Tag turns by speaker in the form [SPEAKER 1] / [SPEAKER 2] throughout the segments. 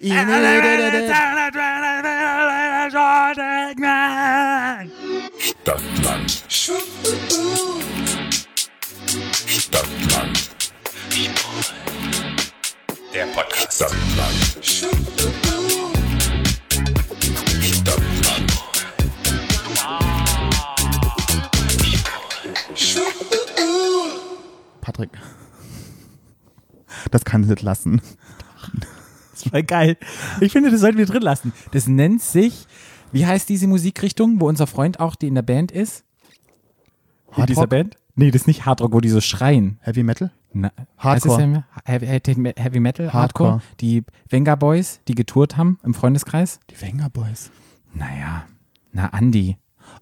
[SPEAKER 1] You need it.
[SPEAKER 2] Stadtland. Stadtland. Der Podcast. Stadtland. Stadtland.
[SPEAKER 1] Patrick. Das kannst du nicht lassen.
[SPEAKER 3] Voll geil. Ich finde, das sollten wir drin lassen. Das nennt sich, wie heißt diese Musikrichtung, wo unser Freund auch, die in der Band ist? in
[SPEAKER 1] Hard
[SPEAKER 3] dieser
[SPEAKER 1] Rock?
[SPEAKER 3] Band? Nee, das ist nicht Hardrock, wo die so schreien.
[SPEAKER 1] Heavy Metal?
[SPEAKER 3] Na,
[SPEAKER 1] Hardcore.
[SPEAKER 3] was ist denn- Heavy, Heavy- Heavy Metal, Hardcore.
[SPEAKER 1] Hardcore.
[SPEAKER 3] Die Venga Boys, die getourt haben im Freundeskreis.
[SPEAKER 1] Die Wenger Boys.
[SPEAKER 3] Naja, na Andi.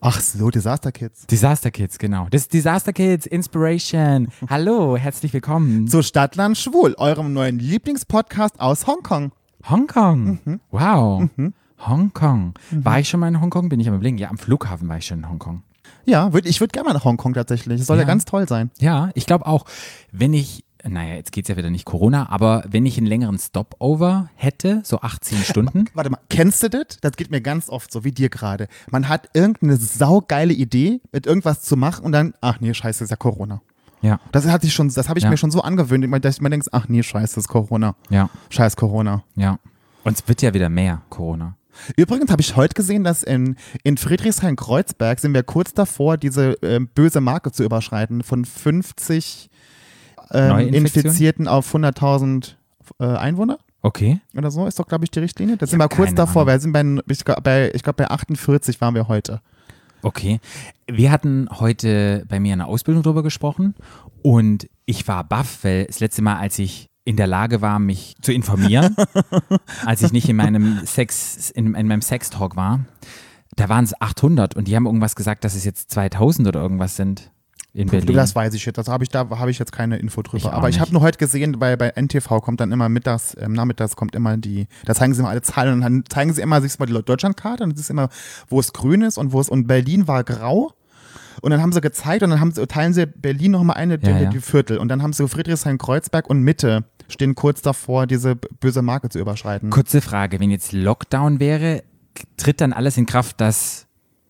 [SPEAKER 1] Ach so, Disaster Kids.
[SPEAKER 3] Disaster Kids, genau. Das ist Disaster Kids, Inspiration. Hallo, herzlich willkommen.
[SPEAKER 1] Zu Stadtland Schwul, eurem neuen Lieblingspodcast aus Hongkong.
[SPEAKER 3] Hongkong.
[SPEAKER 1] Mhm.
[SPEAKER 3] Wow. Hongkong. War ich schon mal in Hongkong? Bin ich am überlegen. Ja, am Flughafen war ich schon in Hongkong.
[SPEAKER 1] Ja, würd, ich würde gerne mal nach Hongkong tatsächlich. Das soll ja,
[SPEAKER 3] Ja.
[SPEAKER 1] ganz toll sein.
[SPEAKER 3] Ja, ich glaube auch, wenn ich, naja, jetzt geht's ja wieder nicht Corona, aber wenn ich einen längeren Stopover hätte, so 18 Stunden.
[SPEAKER 1] Warte mal, kennst du das? Das geht mir ganz oft so, wie dir gerade. Man hat irgendeine saugeile Idee, mit irgendwas zu machen und dann, ach nee, scheiße, ist ja Corona.
[SPEAKER 3] Ja,
[SPEAKER 1] Das hatte ich schon, das habe ich
[SPEAKER 3] Ja.
[SPEAKER 1] mir schon so angewöhnt, dass ich mir denke, ach nee, scheiße, ist Corona.
[SPEAKER 3] ja,
[SPEAKER 1] Scheiß Corona.
[SPEAKER 3] ja. Und es wird ja wieder mehr Corona.
[SPEAKER 1] Übrigens habe ich heute gesehen, dass in, in Friedrichshain-Kreuzberg sind wir kurz davor, diese ähm, böse Marke zu überschreiten von 50 ähm,
[SPEAKER 3] Neuinfektionen?
[SPEAKER 1] Infizierten auf 100.000 äh, Einwohner
[SPEAKER 3] Okay.
[SPEAKER 1] oder so. Ist doch, glaube ich, die Richtlinie. Da sind wir kurz
[SPEAKER 3] keine
[SPEAKER 1] davor.
[SPEAKER 3] Ahnung.
[SPEAKER 1] Wir sind bei, ich glaube, bei, ich glaub, bei 48 waren wir heute.
[SPEAKER 3] Okay. Wir hatten heute bei mir in der Ausbildung drüber gesprochen und ich war baff, weil das letzte Mal, als ich in der Lage war, mich zu informieren, als ich nicht in meinem Sex, in, in meinem Sextalk war, da waren es 800 und die haben irgendwas gesagt, dass es jetzt 2000 oder irgendwas sind in Berlin.
[SPEAKER 1] Das weiß ich jetzt. Das habe ich, da habe ich jetzt keine Info drüber.
[SPEAKER 3] Ich auch
[SPEAKER 1] Aber ich habe
[SPEAKER 3] nicht.
[SPEAKER 1] nur heute gesehen, bei, bei NTV kommt dann immer mittags, ähm, nachmittags kommt immer die, da zeigen sie immer alle Zahlen und dann zeigen sie immer, siehst du mal die Deutschlandkarte und es ist immer, wo es grün ist und wo es, und Berlin war grau. Und dann haben sie gezeigt und dann haben sie, teilen sie Berlin nochmal eine, die,
[SPEAKER 3] Ja, ja.
[SPEAKER 1] die Viertel. Und dann haben sie Friedrichshain-Kreuzberg und Mitte stehen kurz davor, diese b- böse Marke zu überschreiten.
[SPEAKER 3] Kurze Frage, wenn jetzt Lockdown wäre, tritt dann alles in Kraft, dass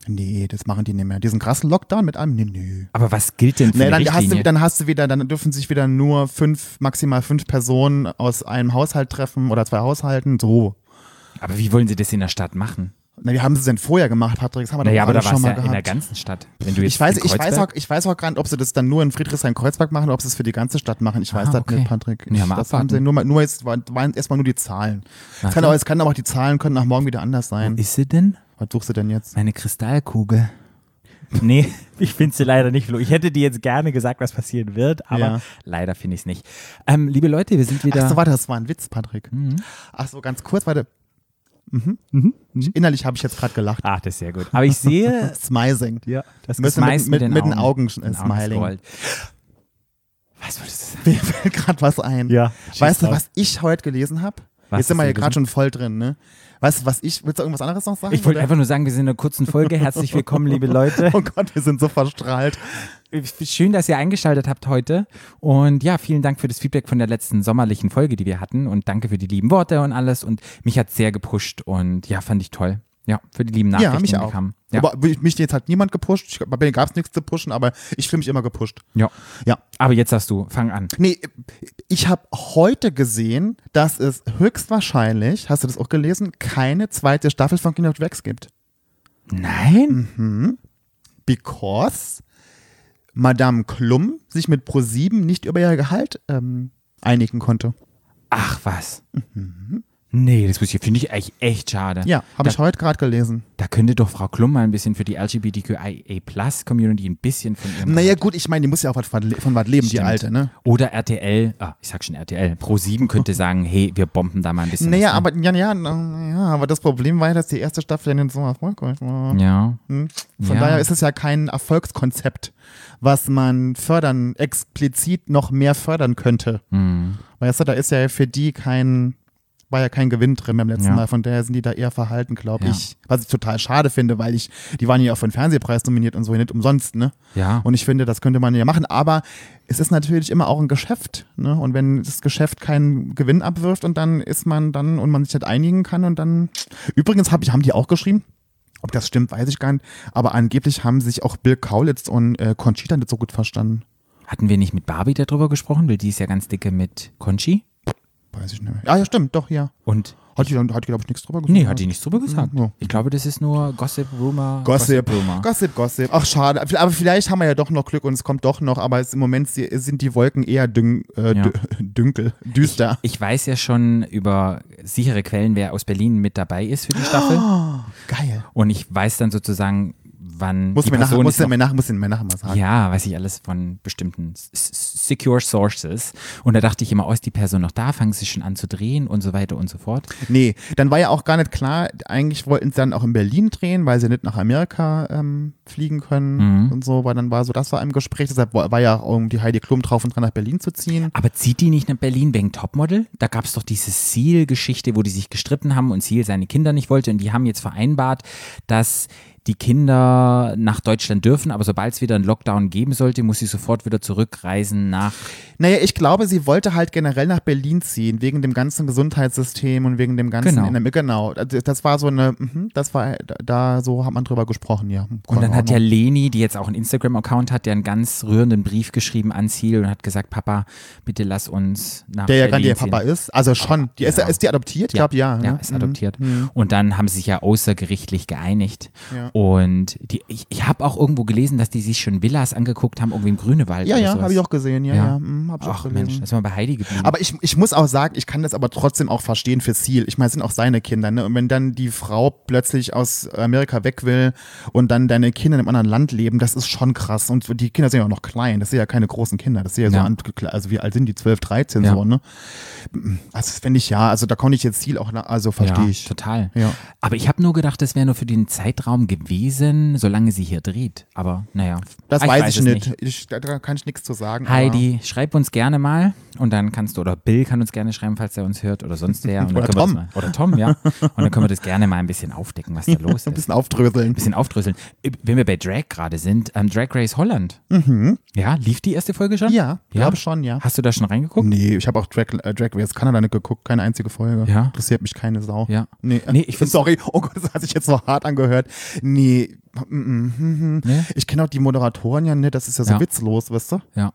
[SPEAKER 1] Nee, das machen die nicht mehr. Diesen krassen Lockdown mit allem, nee, nee.
[SPEAKER 3] aber was gilt denn für
[SPEAKER 1] Nee,
[SPEAKER 3] eine
[SPEAKER 1] dann hast, du,
[SPEAKER 3] Richtlinie?
[SPEAKER 1] dann hast du wieder, dann dürfen sich wieder nur fünf, maximal fünf Personen aus einem Haushalt treffen oder zwei Haushalten. So.
[SPEAKER 3] aber wie wollen sie das in der Stadt machen?
[SPEAKER 1] Na, wie haben sie es denn vorher gemacht, Patrick? Das haben wir
[SPEAKER 3] Naja, aber
[SPEAKER 1] doch
[SPEAKER 3] da
[SPEAKER 1] alle schon
[SPEAKER 3] war es
[SPEAKER 1] mal
[SPEAKER 3] ja
[SPEAKER 1] gehabt.
[SPEAKER 3] in der ganzen Stadt. Wenn du jetzt
[SPEAKER 1] ich weiß,
[SPEAKER 3] in
[SPEAKER 1] ich weiß,
[SPEAKER 3] Kreuzberg-
[SPEAKER 1] auch, ich weiß auch gar nicht, ob sie das dann nur in Friedrichshain-Kreuzberg machen, oder ob sie es für die ganze Stadt machen. Ich weiß
[SPEAKER 3] Ah,
[SPEAKER 1] das
[SPEAKER 3] okay.
[SPEAKER 1] nicht, Patrick.
[SPEAKER 3] Ja,
[SPEAKER 1] Ich,
[SPEAKER 3] mal
[SPEAKER 1] das haben sie
[SPEAKER 3] abwarten.
[SPEAKER 1] nur, mal, nur jetzt waren waren erstmal nur die Zahlen. Es kann,
[SPEAKER 3] so.
[SPEAKER 1] aber, es kann aber auch die Zahlen können nach morgen wieder anders sein.
[SPEAKER 3] Ist sie denn?
[SPEAKER 1] Was suchst du denn jetzt?
[SPEAKER 3] Meine Kristallkugel. Nee, ich finde sie leider nicht, Flo. Ich hätte dir jetzt gerne gesagt, was passieren wird, aber
[SPEAKER 1] Ja.
[SPEAKER 3] leider finde ich es nicht. Ähm, liebe Leute, wir sind wieder. Mhm.
[SPEAKER 1] Ach so, warte, das war ein Witz, Patrick. Ach so, ganz kurz, warte. Mhm. Mhm. Innerlich habe ich jetzt gerade gelacht.
[SPEAKER 3] Ach, das ist sehr gut. Aber ich sehe.
[SPEAKER 1] Smizing.
[SPEAKER 3] ja, das
[SPEAKER 1] Müssen mit-
[SPEAKER 3] Gesmeiß
[SPEAKER 1] mit- mit den Augen, äh,
[SPEAKER 3] Mit den
[SPEAKER 1] smiling.
[SPEAKER 3] scrollt. Was würdest du sagen?
[SPEAKER 1] Mir fällt gerade was ein.
[SPEAKER 3] Ja, schieß
[SPEAKER 1] Weißt du,
[SPEAKER 3] drauf.
[SPEAKER 1] was ich heute gelesen habe?
[SPEAKER 3] Was
[SPEAKER 1] Jetzt sind wir
[SPEAKER 3] hast du
[SPEAKER 1] hier gerade schon
[SPEAKER 3] gelesen?
[SPEAKER 1] voll drin, ne? Weißt du, was ich. Willst du irgendwas anderes noch sagen?
[SPEAKER 3] Ich wollte
[SPEAKER 1] oder?
[SPEAKER 3] einfach nur sagen, wir sind in einer kurzen Folge. Herzlich willkommen, liebe Leute.
[SPEAKER 1] Oh Gott, wir sind so verstrahlt.
[SPEAKER 3] Schön, dass ihr eingeschaltet habt heute. Und ja, vielen Dank für das Feedback von der letzten sommerlichen Folge, die wir hatten. Und danke für die lieben Worte und alles. Und mich hat sehr gepusht. Und ja, fand ich toll. Ja, für die lieben Nachrichten,
[SPEAKER 1] Ja, mich
[SPEAKER 3] die
[SPEAKER 1] auch.
[SPEAKER 3] kamen. Ja.
[SPEAKER 1] Aber mich jetzt hat niemand gepusht. Ich, bei mir gab es nichts zu pushen, aber ich fühle mich immer gepusht.
[SPEAKER 3] ja.
[SPEAKER 1] Ja.
[SPEAKER 3] Aber jetzt sagst du, fang an.
[SPEAKER 1] Nee, ich habe heute gesehen, dass es höchstwahrscheinlich, hast du das auch gelesen, keine zweite Staffel von King of Drags gibt. Mhm.
[SPEAKER 3] Nein?
[SPEAKER 1] Because Madame Klum sich mit ProSieben nicht über ihr Gehalt ähm, einigen konnte.
[SPEAKER 3] Ach was. Nee, das wusste ich- finde ich echt, echt schade.
[SPEAKER 1] Mhm. Ja, habe
[SPEAKER 3] da,
[SPEAKER 1] ich heute gerade gelesen.
[SPEAKER 3] Da könnte doch Frau Klum mal ein bisschen für die LGBTQIA-Plus-Community ein bisschen von ihrem.
[SPEAKER 1] Naja, gut, ich meine, die muss ja auch was von, von was leben, die
[SPEAKER 3] Stimmt.
[SPEAKER 1] Alte, ne?
[SPEAKER 3] Oder RTL, ah, ich sag schon RTL, Pro7 könnte sagen, hey, wir bomben da mal ein bisschen.
[SPEAKER 1] Naja,
[SPEAKER 3] was, ne?
[SPEAKER 1] aber, ja, ja, na, ja, aber das Problem war ja, dass die erste Staffel ja nicht so erfolgreich war.
[SPEAKER 3] Ja.
[SPEAKER 1] Hm? Von
[SPEAKER 3] Ja.
[SPEAKER 1] daher ist es ja kein Erfolgskonzept, was man fördern, Hm. explizit noch mehr fördern könnte. Weißt du, da ist ja für die kein war ja kein Gewinn drin beim letzten
[SPEAKER 3] Ja.
[SPEAKER 1] Mal, von daher sind die da eher verhalten, glaube
[SPEAKER 3] Ja.
[SPEAKER 1] ich. Was ich total schade finde, weil ich, die waren ja auch für den Fernsehpreis nominiert und so, nicht umsonst, ne?
[SPEAKER 3] Ja.
[SPEAKER 1] Und ich finde, das könnte man ja machen, aber es ist natürlich immer auch ein Geschäft, ne? Und wenn das Geschäft keinen Gewinn abwirft und dann ist man dann und man sich halt einigen kann und dann. Übrigens hab ich, haben die auch geschrieben. Ob das stimmt, weiß ich gar nicht. Aber angeblich haben sich auch Bill Kaulitz und äh, Conchita nicht so gut verstanden.
[SPEAKER 3] Hatten wir nicht mit Barbie darüber gesprochen? Weil die ist ja ganz dicke mit Conchi.
[SPEAKER 1] Weiß ich nicht mehr. Ah, Ja, ja, stimmt, doch, ja.
[SPEAKER 3] Und
[SPEAKER 1] Hat die, dann- hat die glaube ich, nichts drüber gesagt. ne?
[SPEAKER 3] nee, hat die nichts drüber gesagt.
[SPEAKER 1] Ja.
[SPEAKER 3] Ich glaube, das ist nur Gossip, Rumor.
[SPEAKER 1] Gossip,
[SPEAKER 3] Rumor.
[SPEAKER 1] Gossip, Gossip. Ach, schade. Aber vielleicht haben wir ja doch noch Glück und es kommt doch noch. Aber es, im Moment sie- sind die Wolken eher dün, äh,
[SPEAKER 3] Ja.
[SPEAKER 1] dü- dünkel, düster.
[SPEAKER 3] Ich weiß ja schon über sichere Quellen, wer aus Berlin mit dabei ist für die Staffel.
[SPEAKER 1] Geil.
[SPEAKER 3] Und ich weiß dann sozusagen, wann
[SPEAKER 1] Muss
[SPEAKER 3] die
[SPEAKER 1] mir nachher,
[SPEAKER 3] Person
[SPEAKER 1] muss
[SPEAKER 3] ist
[SPEAKER 1] mir
[SPEAKER 3] noch,
[SPEAKER 1] nachher, muss mir nachher mal sagen.
[SPEAKER 3] Ja, weiß ich alles von bestimmten s- s- Secure Sources. Und da dachte ich immer, oh, ist die Person noch da? Fangen sie schon an zu drehen und so weiter und so fort.
[SPEAKER 1] Nee, dann war ja auch gar nicht klar, eigentlich wollten sie dann auch in Berlin drehen, weil sie nicht nach Amerika ähm, fliegen können
[SPEAKER 3] Mhm.
[SPEAKER 1] und so, weil dann war so, das war im Gespräch, deshalb war war ja auch irgendwie Heidi Klum drauf und dran nach Berlin zu ziehen.
[SPEAKER 3] Aber zieht die nicht nach Berlin wegen Topmodel? Da gab es doch diese Seal-Geschichte, wo die sich gestritten haben und Seal seine Kinder nicht wollte. Und die haben jetzt vereinbart, dass die Kinder nach Deutschland dürfen, aber sobald es wieder einen Lockdown geben sollte, muss sie sofort wieder zurückreisen nach.
[SPEAKER 1] Naja, ich glaube, sie wollte halt generell nach Berlin ziehen, wegen dem ganzen Gesundheitssystem und wegen dem ganzen
[SPEAKER 3] Genau.
[SPEAKER 1] in der, genau. Das das war so eine, mhm, das war da so hat man drüber gesprochen, ja.
[SPEAKER 3] Und dann hat ja Leni, die jetzt auch einen Instagram-Account hat, der einen ganz rührenden Brief geschrieben an Seal und hat gesagt, Papa, bitte lass uns nach
[SPEAKER 1] der ja gar
[SPEAKER 3] Berlin
[SPEAKER 1] nicht ihr
[SPEAKER 3] ziehen. Ah,
[SPEAKER 1] Papa ist. Also schon. Die ist,
[SPEAKER 3] Ja.
[SPEAKER 1] ist die adoptiert? Ich glaube ja.
[SPEAKER 3] Ja,
[SPEAKER 1] ne?
[SPEAKER 3] ist
[SPEAKER 1] Mhm.
[SPEAKER 3] adoptiert. Und dann haben sie sich ja außergerichtlich geeinigt. Und die, ich, ich habe auch irgendwo gelesen, dass die sich schon Villas angeguckt haben, irgendwie im Grünewald.
[SPEAKER 1] Ja,
[SPEAKER 3] oder
[SPEAKER 1] ja,
[SPEAKER 3] sowas.
[SPEAKER 1] habe ich auch gesehen. Ja, ja.
[SPEAKER 3] Ja.
[SPEAKER 1] mhm, hab ich auch
[SPEAKER 3] Ach
[SPEAKER 1] gelesen.
[SPEAKER 3] Mensch, das war bei Heidi geblieben.
[SPEAKER 1] Aber ich, ich muss auch sagen, ich kann das aber trotzdem auch verstehen für Seal. Ich meine, es sind auch seine Kinder, ne? Und wenn dann die Frau plötzlich aus Amerika weg will und dann deine Kinder in einem anderen Land leben, das ist schon krass. Und die Kinder sind ja auch noch klein. Das sind ja keine großen Kinder. Das sind ja, so,
[SPEAKER 3] Ja.
[SPEAKER 1] an- also wie alt sind die? 12, 13
[SPEAKER 3] Ja.
[SPEAKER 1] so, ne? Also das finde ich ja, also da konnte ich jetzt Seal auch, na- also verstehe
[SPEAKER 3] ja,
[SPEAKER 1] ich.
[SPEAKER 3] total.
[SPEAKER 1] Ja.
[SPEAKER 3] Aber ich habe nur gedacht, das wäre nur für den Zeitraum gewesen, solange sie hier dreht. Aber naja,
[SPEAKER 1] Das
[SPEAKER 3] ah,
[SPEAKER 1] weiß, ich
[SPEAKER 3] es
[SPEAKER 1] nicht. Ich, da, da kann ich nichts zu sagen. aber-
[SPEAKER 3] Heidi, schreib uns gerne mal und dann kannst du, oder Bill kann uns gerne schreiben, falls er uns hört oder sonst wer. Und dann
[SPEAKER 1] Oder
[SPEAKER 3] können wir
[SPEAKER 1] Tom.
[SPEAKER 3] das Mal, oder Tom, ja. Und dann können wir das gerne mal ein bisschen aufdecken, was da los
[SPEAKER 1] Ein
[SPEAKER 3] ist.
[SPEAKER 1] bisschen aufdröseln.
[SPEAKER 3] bisschen aufdröseln. Äh, Wenn wir bei Drag gerade sind, ähm, Drag Race Holland. Ja, lief die erste Folge schon?
[SPEAKER 1] Mhm. Ja, glaube schon, Mhm. ja.
[SPEAKER 3] Hast du da schon reingeguckt?
[SPEAKER 1] Nee, Um ich habe auch Drag, äh, Drag Race Kanada nicht geguckt, keine einzige Folge.
[SPEAKER 3] Ja.
[SPEAKER 1] Interessiert mich keine Sau.
[SPEAKER 3] Ja.
[SPEAKER 1] Nee,
[SPEAKER 3] Nee, ich find's-
[SPEAKER 1] Sorry, oh Gott, das hat sich jetzt so hart angehört. Nee, mm, mm, mm, mm.
[SPEAKER 3] Nee?
[SPEAKER 1] ich kenne auch die Moderatoren ja nicht, das ist ja so
[SPEAKER 3] Ja.
[SPEAKER 1] witzlos, weißt du?
[SPEAKER 3] Ja.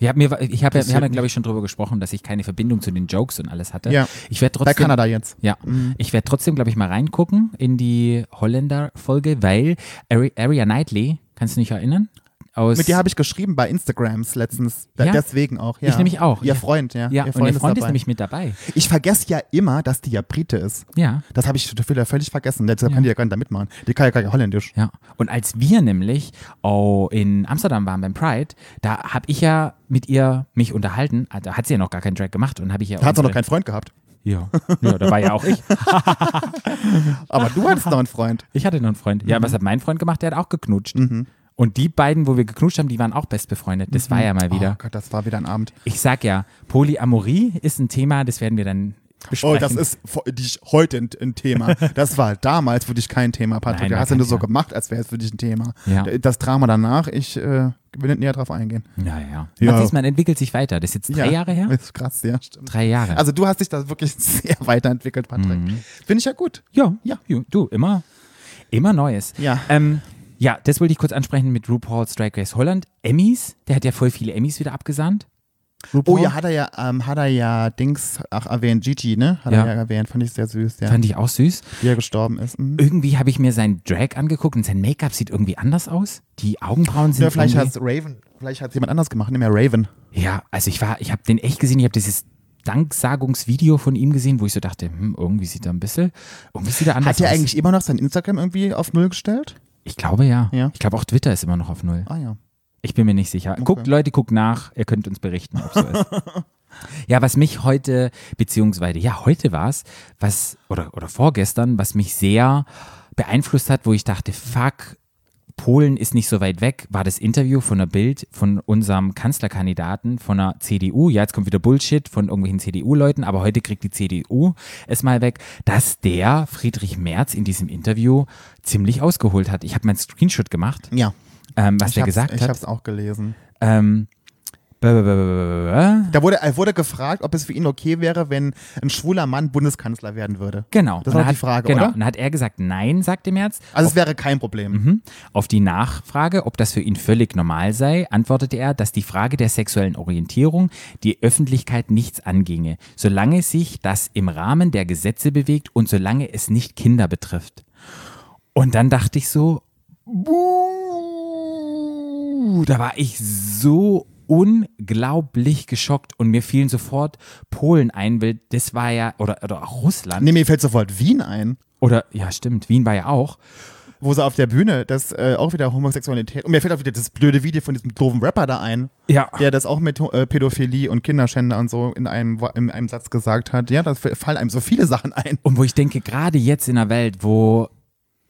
[SPEAKER 3] Wir haben, mir, ich hab, ja- wir haben ja,
[SPEAKER 1] Interessiert
[SPEAKER 3] glaube ich, schon drüber gesprochen, dass ich keine Verbindung zu den Jokes und alles hatte.
[SPEAKER 1] Ja.
[SPEAKER 3] Ich werde
[SPEAKER 1] Bei
[SPEAKER 3] trotzdem.
[SPEAKER 1] Kanada jetzt. Mhm.
[SPEAKER 3] Ja, ich werde trotzdem, glaube ich, mal reingucken in die Holländer-Folge, weil Ari Aria Knightley, kannst du dich erinnern? Aus
[SPEAKER 1] Mit dir habe ich geschrieben bei Instagrams letztens. Da,
[SPEAKER 3] Ja.
[SPEAKER 1] Deswegen auch, ja.
[SPEAKER 3] Ich nämlich auch.
[SPEAKER 1] Ihr
[SPEAKER 3] Ich-
[SPEAKER 1] Freund, ja.
[SPEAKER 3] ja,
[SPEAKER 1] ihr
[SPEAKER 3] und
[SPEAKER 1] Freund,
[SPEAKER 3] ihr Freund
[SPEAKER 1] ist
[SPEAKER 3] ist,
[SPEAKER 1] dabei.
[SPEAKER 3] nämlich mit dabei.
[SPEAKER 1] ich vergesse ja immer, dass die ja Brite ist.
[SPEAKER 3] Ja.
[SPEAKER 1] Das habe ich wieder völlig vergessen. Deshalb kann die ja gar nicht da mitmachen. Die kann ja gar nicht holländisch.
[SPEAKER 3] Ja, und als wir nämlich oh, in Amsterdam waren beim Pride, da habe ich ja mit ihr mich unterhalten, Ah, da hat sie ja noch gar keinen Drag gemacht und habe ich ja
[SPEAKER 1] Da hat sie noch
[SPEAKER 3] unsere-
[SPEAKER 1] keinen Freund gehabt.
[SPEAKER 3] ja. ja, da war ja auch ich.
[SPEAKER 1] Aber du hattest noch einen Freund.
[SPEAKER 3] Ich hatte noch einen Freund. Ja,
[SPEAKER 1] Mhm.
[SPEAKER 3] was hat mein Freund gemacht? Der hat auch geknutscht. Und die beiden, wo wir geknutscht haben, die waren auch best befreundet. Das war ja mal
[SPEAKER 1] Oh
[SPEAKER 3] wieder.
[SPEAKER 1] Gott, das war wieder ein Abend.
[SPEAKER 3] Ich sag ja, Polyamorie ist ein Thema, das werden wir dann
[SPEAKER 1] Oh,
[SPEAKER 3] besprechen.
[SPEAKER 1] das ist vo- dich heute ein, ein Thema. Das war damals für dich kein Thema, Patrick.
[SPEAKER 3] Nein,
[SPEAKER 1] du
[SPEAKER 3] war
[SPEAKER 1] hast ja
[SPEAKER 3] kein
[SPEAKER 1] nur so
[SPEAKER 3] Thema.
[SPEAKER 1] gemacht, als wäre es für dich ein Thema.
[SPEAKER 3] Ja.
[SPEAKER 1] D- Das Drama danach, ich äh, will nicht näher drauf eingehen.
[SPEAKER 3] Naja.
[SPEAKER 1] Ja.
[SPEAKER 3] Ja. Siehst, man entwickelt sich weiter. Das ist jetzt drei
[SPEAKER 1] Ja,
[SPEAKER 3] Jahre her?
[SPEAKER 1] Ist krass, ja, stimmt.
[SPEAKER 3] Drei Jahre.
[SPEAKER 1] Also du hast dich da wirklich sehr weiterentwickelt, Patrick.
[SPEAKER 3] Mhm.
[SPEAKER 1] Finde ich ja gut.
[SPEAKER 3] Ja,
[SPEAKER 1] Ja.
[SPEAKER 3] ja, du, immer, immer Neues.
[SPEAKER 1] Ja.
[SPEAKER 3] Ähm, ja, das wollte ich kurz ansprechen mit RuPaul's Drag Race Holland. Emmys, der hat ja voll viele Emmys wieder abgesandt.
[SPEAKER 1] Oh
[SPEAKER 3] RuPaul.
[SPEAKER 1] ja, hat er ja, ähm, hat er ja Dings, ach, erwähnt, Gigi, ne? Hat
[SPEAKER 3] Ja.
[SPEAKER 1] er ja erwähnt, fand ich sehr süß, ja.
[SPEAKER 3] Fand ich auch süß.
[SPEAKER 1] Wie er gestorben ist. Mhm.
[SPEAKER 3] Irgendwie habe ich mir seinen Drag angeguckt und sein Make-up sieht irgendwie anders aus. Die Augenbrauen sind
[SPEAKER 1] Ja, vielleicht hat
[SPEAKER 3] irgendwie,
[SPEAKER 1] Raven, vielleicht hat jemand anders
[SPEAKER 3] ne?
[SPEAKER 1] gemacht, nicht mehr Raven.
[SPEAKER 3] Ja, also ich war, ich habe den echt gesehen, ich habe dieses Danksagungsvideo von ihm gesehen, wo ich so dachte, hm, irgendwie sieht er ein bisschen, irgendwie sieht er anders
[SPEAKER 1] Hat er
[SPEAKER 3] aus.
[SPEAKER 1] eigentlich immer noch sein Instagram irgendwie auf Null gestellt?
[SPEAKER 3] ich glaube ja.
[SPEAKER 1] Ja.
[SPEAKER 3] Ich glaube auch Twitter ist immer noch auf Null.
[SPEAKER 1] Ah ja.
[SPEAKER 3] Ich bin mir nicht sicher. Guckt, Leute, guckt nach. Ihr könnt uns berichten, ob so ist. Ja, was mich heute, beziehungsweise, ja, heute war es, was, oder, oder vorgestern, was mich sehr beeinflusst hat, wo ich dachte, fuck, Polen ist nicht so weit weg, war das Interview von der Bild von unserem Kanzlerkandidaten von der CDU. Ja, jetzt kommt wieder Bullshit von irgendwelchen CDU-Leuten, aber heute kriegt die CDU es mal weg, dass der Friedrich Merz in diesem Interview ziemlich ausgeholt hat. Ich habe meinen Screenshot gemacht,
[SPEAKER 1] Ja,
[SPEAKER 3] ähm, was
[SPEAKER 1] ich
[SPEAKER 3] der
[SPEAKER 1] hab's,
[SPEAKER 3] gesagt
[SPEAKER 1] ich
[SPEAKER 3] hat.
[SPEAKER 1] hab's auch gelesen.
[SPEAKER 3] Ähm, blablabla.
[SPEAKER 1] Da wurde, er wurde gefragt, ob es für ihn okay wäre, wenn ein schwuler Mann Bundeskanzler werden würde.
[SPEAKER 3] Genau.
[SPEAKER 1] Das
[SPEAKER 3] Und
[SPEAKER 1] war
[SPEAKER 3] dann
[SPEAKER 1] die
[SPEAKER 3] hat,
[SPEAKER 1] Frage,
[SPEAKER 3] genau.
[SPEAKER 1] oder?
[SPEAKER 3] Und dann hat er gesagt, nein, sagt dem Merz.
[SPEAKER 1] Also es wäre kein Problem.
[SPEAKER 3] Oh. Mhm. Auf die Nachfrage, ob das für ihn völlig normal sei, antwortete er, dass die Frage der sexuellen Orientierung die Öffentlichkeit nichts anginge, solange sich das im Rahmen der Gesetze bewegt und solange es nicht Kinder betrifft. Und dann dachte ich so, buh, da war ich so unglaublich geschockt und mir fielen sofort Polen ein, weil das war ja, oder, oder auch Russland,
[SPEAKER 1] Nee, mir fällt sofort Wien ein,
[SPEAKER 3] oder ja stimmt, Wien war ja auch,
[SPEAKER 1] wo sie auf der Bühne das äh, auch wieder Homosexualität. Und mir fällt auch wieder das blöde Video von diesem doofen Rapper da ein,
[SPEAKER 3] ja.
[SPEAKER 1] der das auch mit äh, Pädophilie und Kinderschänder und so in einem, Wo- in einem Satz gesagt hat. Ja, da f- fallen einem so viele Sachen ein.
[SPEAKER 3] Und wo ich denke, gerade jetzt in einer Welt, wo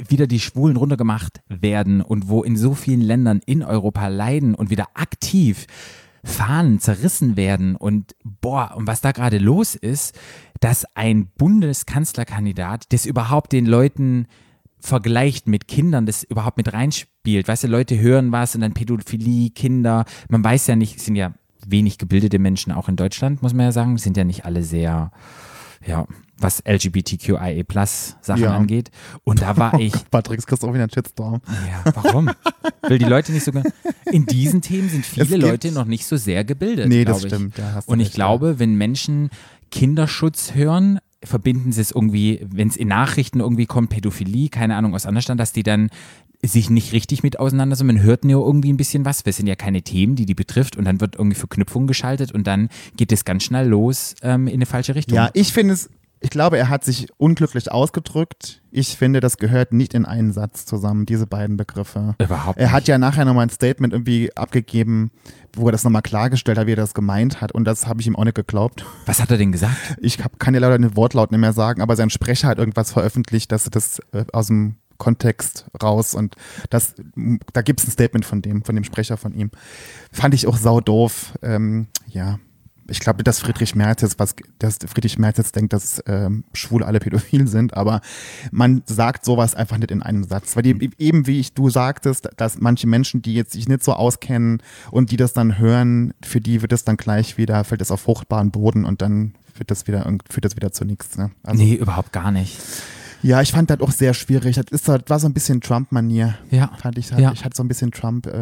[SPEAKER 3] wieder die Schwulen runtergemacht werden und wo in so vielen Ländern in Europa leiden und wieder aktiv Fahnen zerrissen werden und boah, und was da gerade los ist, dass ein Bundeskanzlerkandidat das überhaupt den Leuten vergleicht mit Kindern, das überhaupt mit reinspielt. Weißt du, Leute hören was und dann Pädophilie, Kinder, man weiß ja nicht, es sind ja wenig gebildete Menschen auch in Deutschland, muss man ja sagen, sind ja nicht alle sehr ja, was LGBTQIA Sachen
[SPEAKER 1] Ja.
[SPEAKER 3] angeht. Und da war Ah, ich,
[SPEAKER 1] Oh, Patricks Christoph wieder einen Shitstorm.
[SPEAKER 3] ja, warum? Will die Leute nicht so ge- In diesen Themen sind
[SPEAKER 1] Es
[SPEAKER 3] viele
[SPEAKER 1] gibt-
[SPEAKER 3] Leute noch nicht so sehr gebildet.
[SPEAKER 1] Nee,
[SPEAKER 3] glaub
[SPEAKER 1] das
[SPEAKER 3] ich.
[SPEAKER 1] stimmt, da hast du
[SPEAKER 3] Und ich
[SPEAKER 1] recht, ja.
[SPEAKER 3] glaube, wenn Menschen Kinderschutz hören, verbinden sie es irgendwie, wenn es in Nachrichten irgendwie kommt, Pädophilie, keine Ahnung, aus Andersland, dass die dann sich nicht richtig mit auseinandersetzen. Man hört nur irgendwie ein bisschen was. Wir sind ja keine Themen, die die betrifft. Und dann wird irgendwie Verknüpfung geschaltet und dann geht es ganz schnell los ähm, in eine falsche Richtung.
[SPEAKER 1] Ja, ich finde es, ich glaube, er hat sich unglücklich ausgedrückt. Ich finde, das gehört nicht in einen Satz zusammen, diese beiden Begriffe.
[SPEAKER 3] Überhaupt
[SPEAKER 1] Er hat ja nachher nochmal ein Statement irgendwie abgegeben, wo er das nochmal klargestellt hat, wie er das gemeint hat. Und das habe ich ihm auch nicht geglaubt.
[SPEAKER 3] Was hat er denn gesagt?
[SPEAKER 1] Ich hab, kann ja leider den Wortlaut nicht mehr sagen, aber sein Sprecher hat irgendwas veröffentlicht, dass er das äh, aus dem Kontext raus und das, m, da gibt es ein Statement von dem, von dem Sprecher von ihm. Fand ich auch sau doof. Ähm, ja. Ich glaube, dass Friedrich Merz jetzt was, dass Friedrich Merz jetzt denkt, dass ähm, Schwule alle pädophil sind, aber man sagt sowas einfach nicht in einem Satz. Weil die, eben wie ich du sagtest, dass manche Menschen, die jetzt sich nicht so auskennen und die das dann hören, für die wird es dann gleich wieder, fällt es auf fruchtbaren Boden und dann führt das wieder, irgend- führt das wieder zu nichts. Ne? Also,
[SPEAKER 3] Nee, überhaupt gar nicht.
[SPEAKER 1] Ja, ich fand das auch sehr schwierig. Das, ist, das war so ein bisschen Trump-Manier.
[SPEAKER 3] Ja.
[SPEAKER 1] Fand ich, halt.
[SPEAKER 3] Ja.
[SPEAKER 1] ich hatte so ein bisschen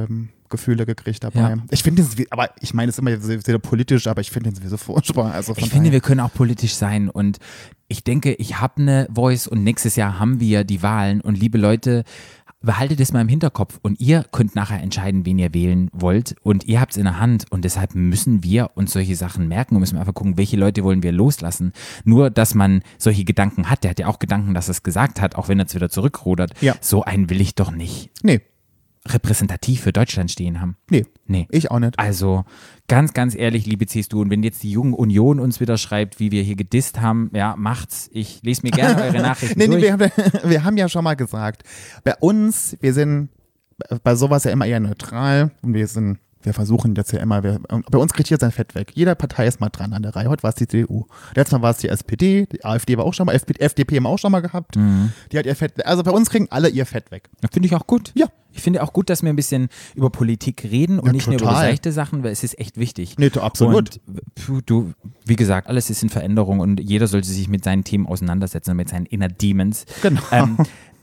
[SPEAKER 1] Trump-Gefühle gekriegt dabei.
[SPEAKER 3] Ja.
[SPEAKER 1] Ich finde es, aber ich meine es ist immer sehr, sehr politisch, aber ich finde es sowieso furchtbar. Also von
[SPEAKER 3] Ich finde,
[SPEAKER 1] daher-
[SPEAKER 3] wir können auch politisch sein und ich denke, ich habe eine Voice und nächstes Jahr haben wir die Wahlen und liebe Leute, behaltet es mal im Hinterkopf und ihr könnt nachher entscheiden, wen ihr wählen wollt und ihr habt es in der Hand und deshalb müssen wir uns solche Sachen merken und müssen einfach gucken, welche Leute wollen wir loslassen. Nur, dass man solche Gedanken hat, der hat ja auch Gedanken, dass er es gesagt hat, auch wenn er es wieder zurückrudert.
[SPEAKER 1] Ja.
[SPEAKER 3] So einen will ich doch nicht
[SPEAKER 1] nee,
[SPEAKER 3] repräsentativ für Deutschland stehen haben.
[SPEAKER 1] nee,
[SPEAKER 3] Nee.
[SPEAKER 1] ich auch nicht.
[SPEAKER 3] Also ganz, ganz ehrlich, liebe CSU, und wenn jetzt die Jungen Union uns wieder schreibt, wie wir hier gedisst haben, ja, macht's. Ich lese mir gerne eure Nachrichten
[SPEAKER 1] Nee, nee,
[SPEAKER 3] durch.
[SPEAKER 1] wir, haben, wir haben ja schon mal gesagt, bei uns, wir sind bei sowas ja immer eher neutral und wir sind, wir versuchen das ja immer, wir, bei uns kriegt jeder sein Fett weg. Jeder Partei ist mal dran an der Reihe. Heute war es die CDU. Letztes Mal war es die SPD, die AfD war auch schon mal, FP, FDP haben wir auch schon mal gehabt. Die hat ihr Fett Also bei uns kriegen alle ihr Fett weg.
[SPEAKER 3] Finde ich auch gut.
[SPEAKER 1] Ja.
[SPEAKER 3] Ich finde auch gut, dass wir ein bisschen über Politik reden und
[SPEAKER 1] Ja,
[SPEAKER 3] nicht nur über
[SPEAKER 1] total.
[SPEAKER 3] seichte Sachen, weil es ist echt wichtig.
[SPEAKER 1] Nee, du, absolut.
[SPEAKER 3] Und puh, du, wie gesagt, alles ist in Veränderung und jeder sollte sich mit seinen Themen auseinandersetzen und mit seinen Inner Demons.
[SPEAKER 1] Genau.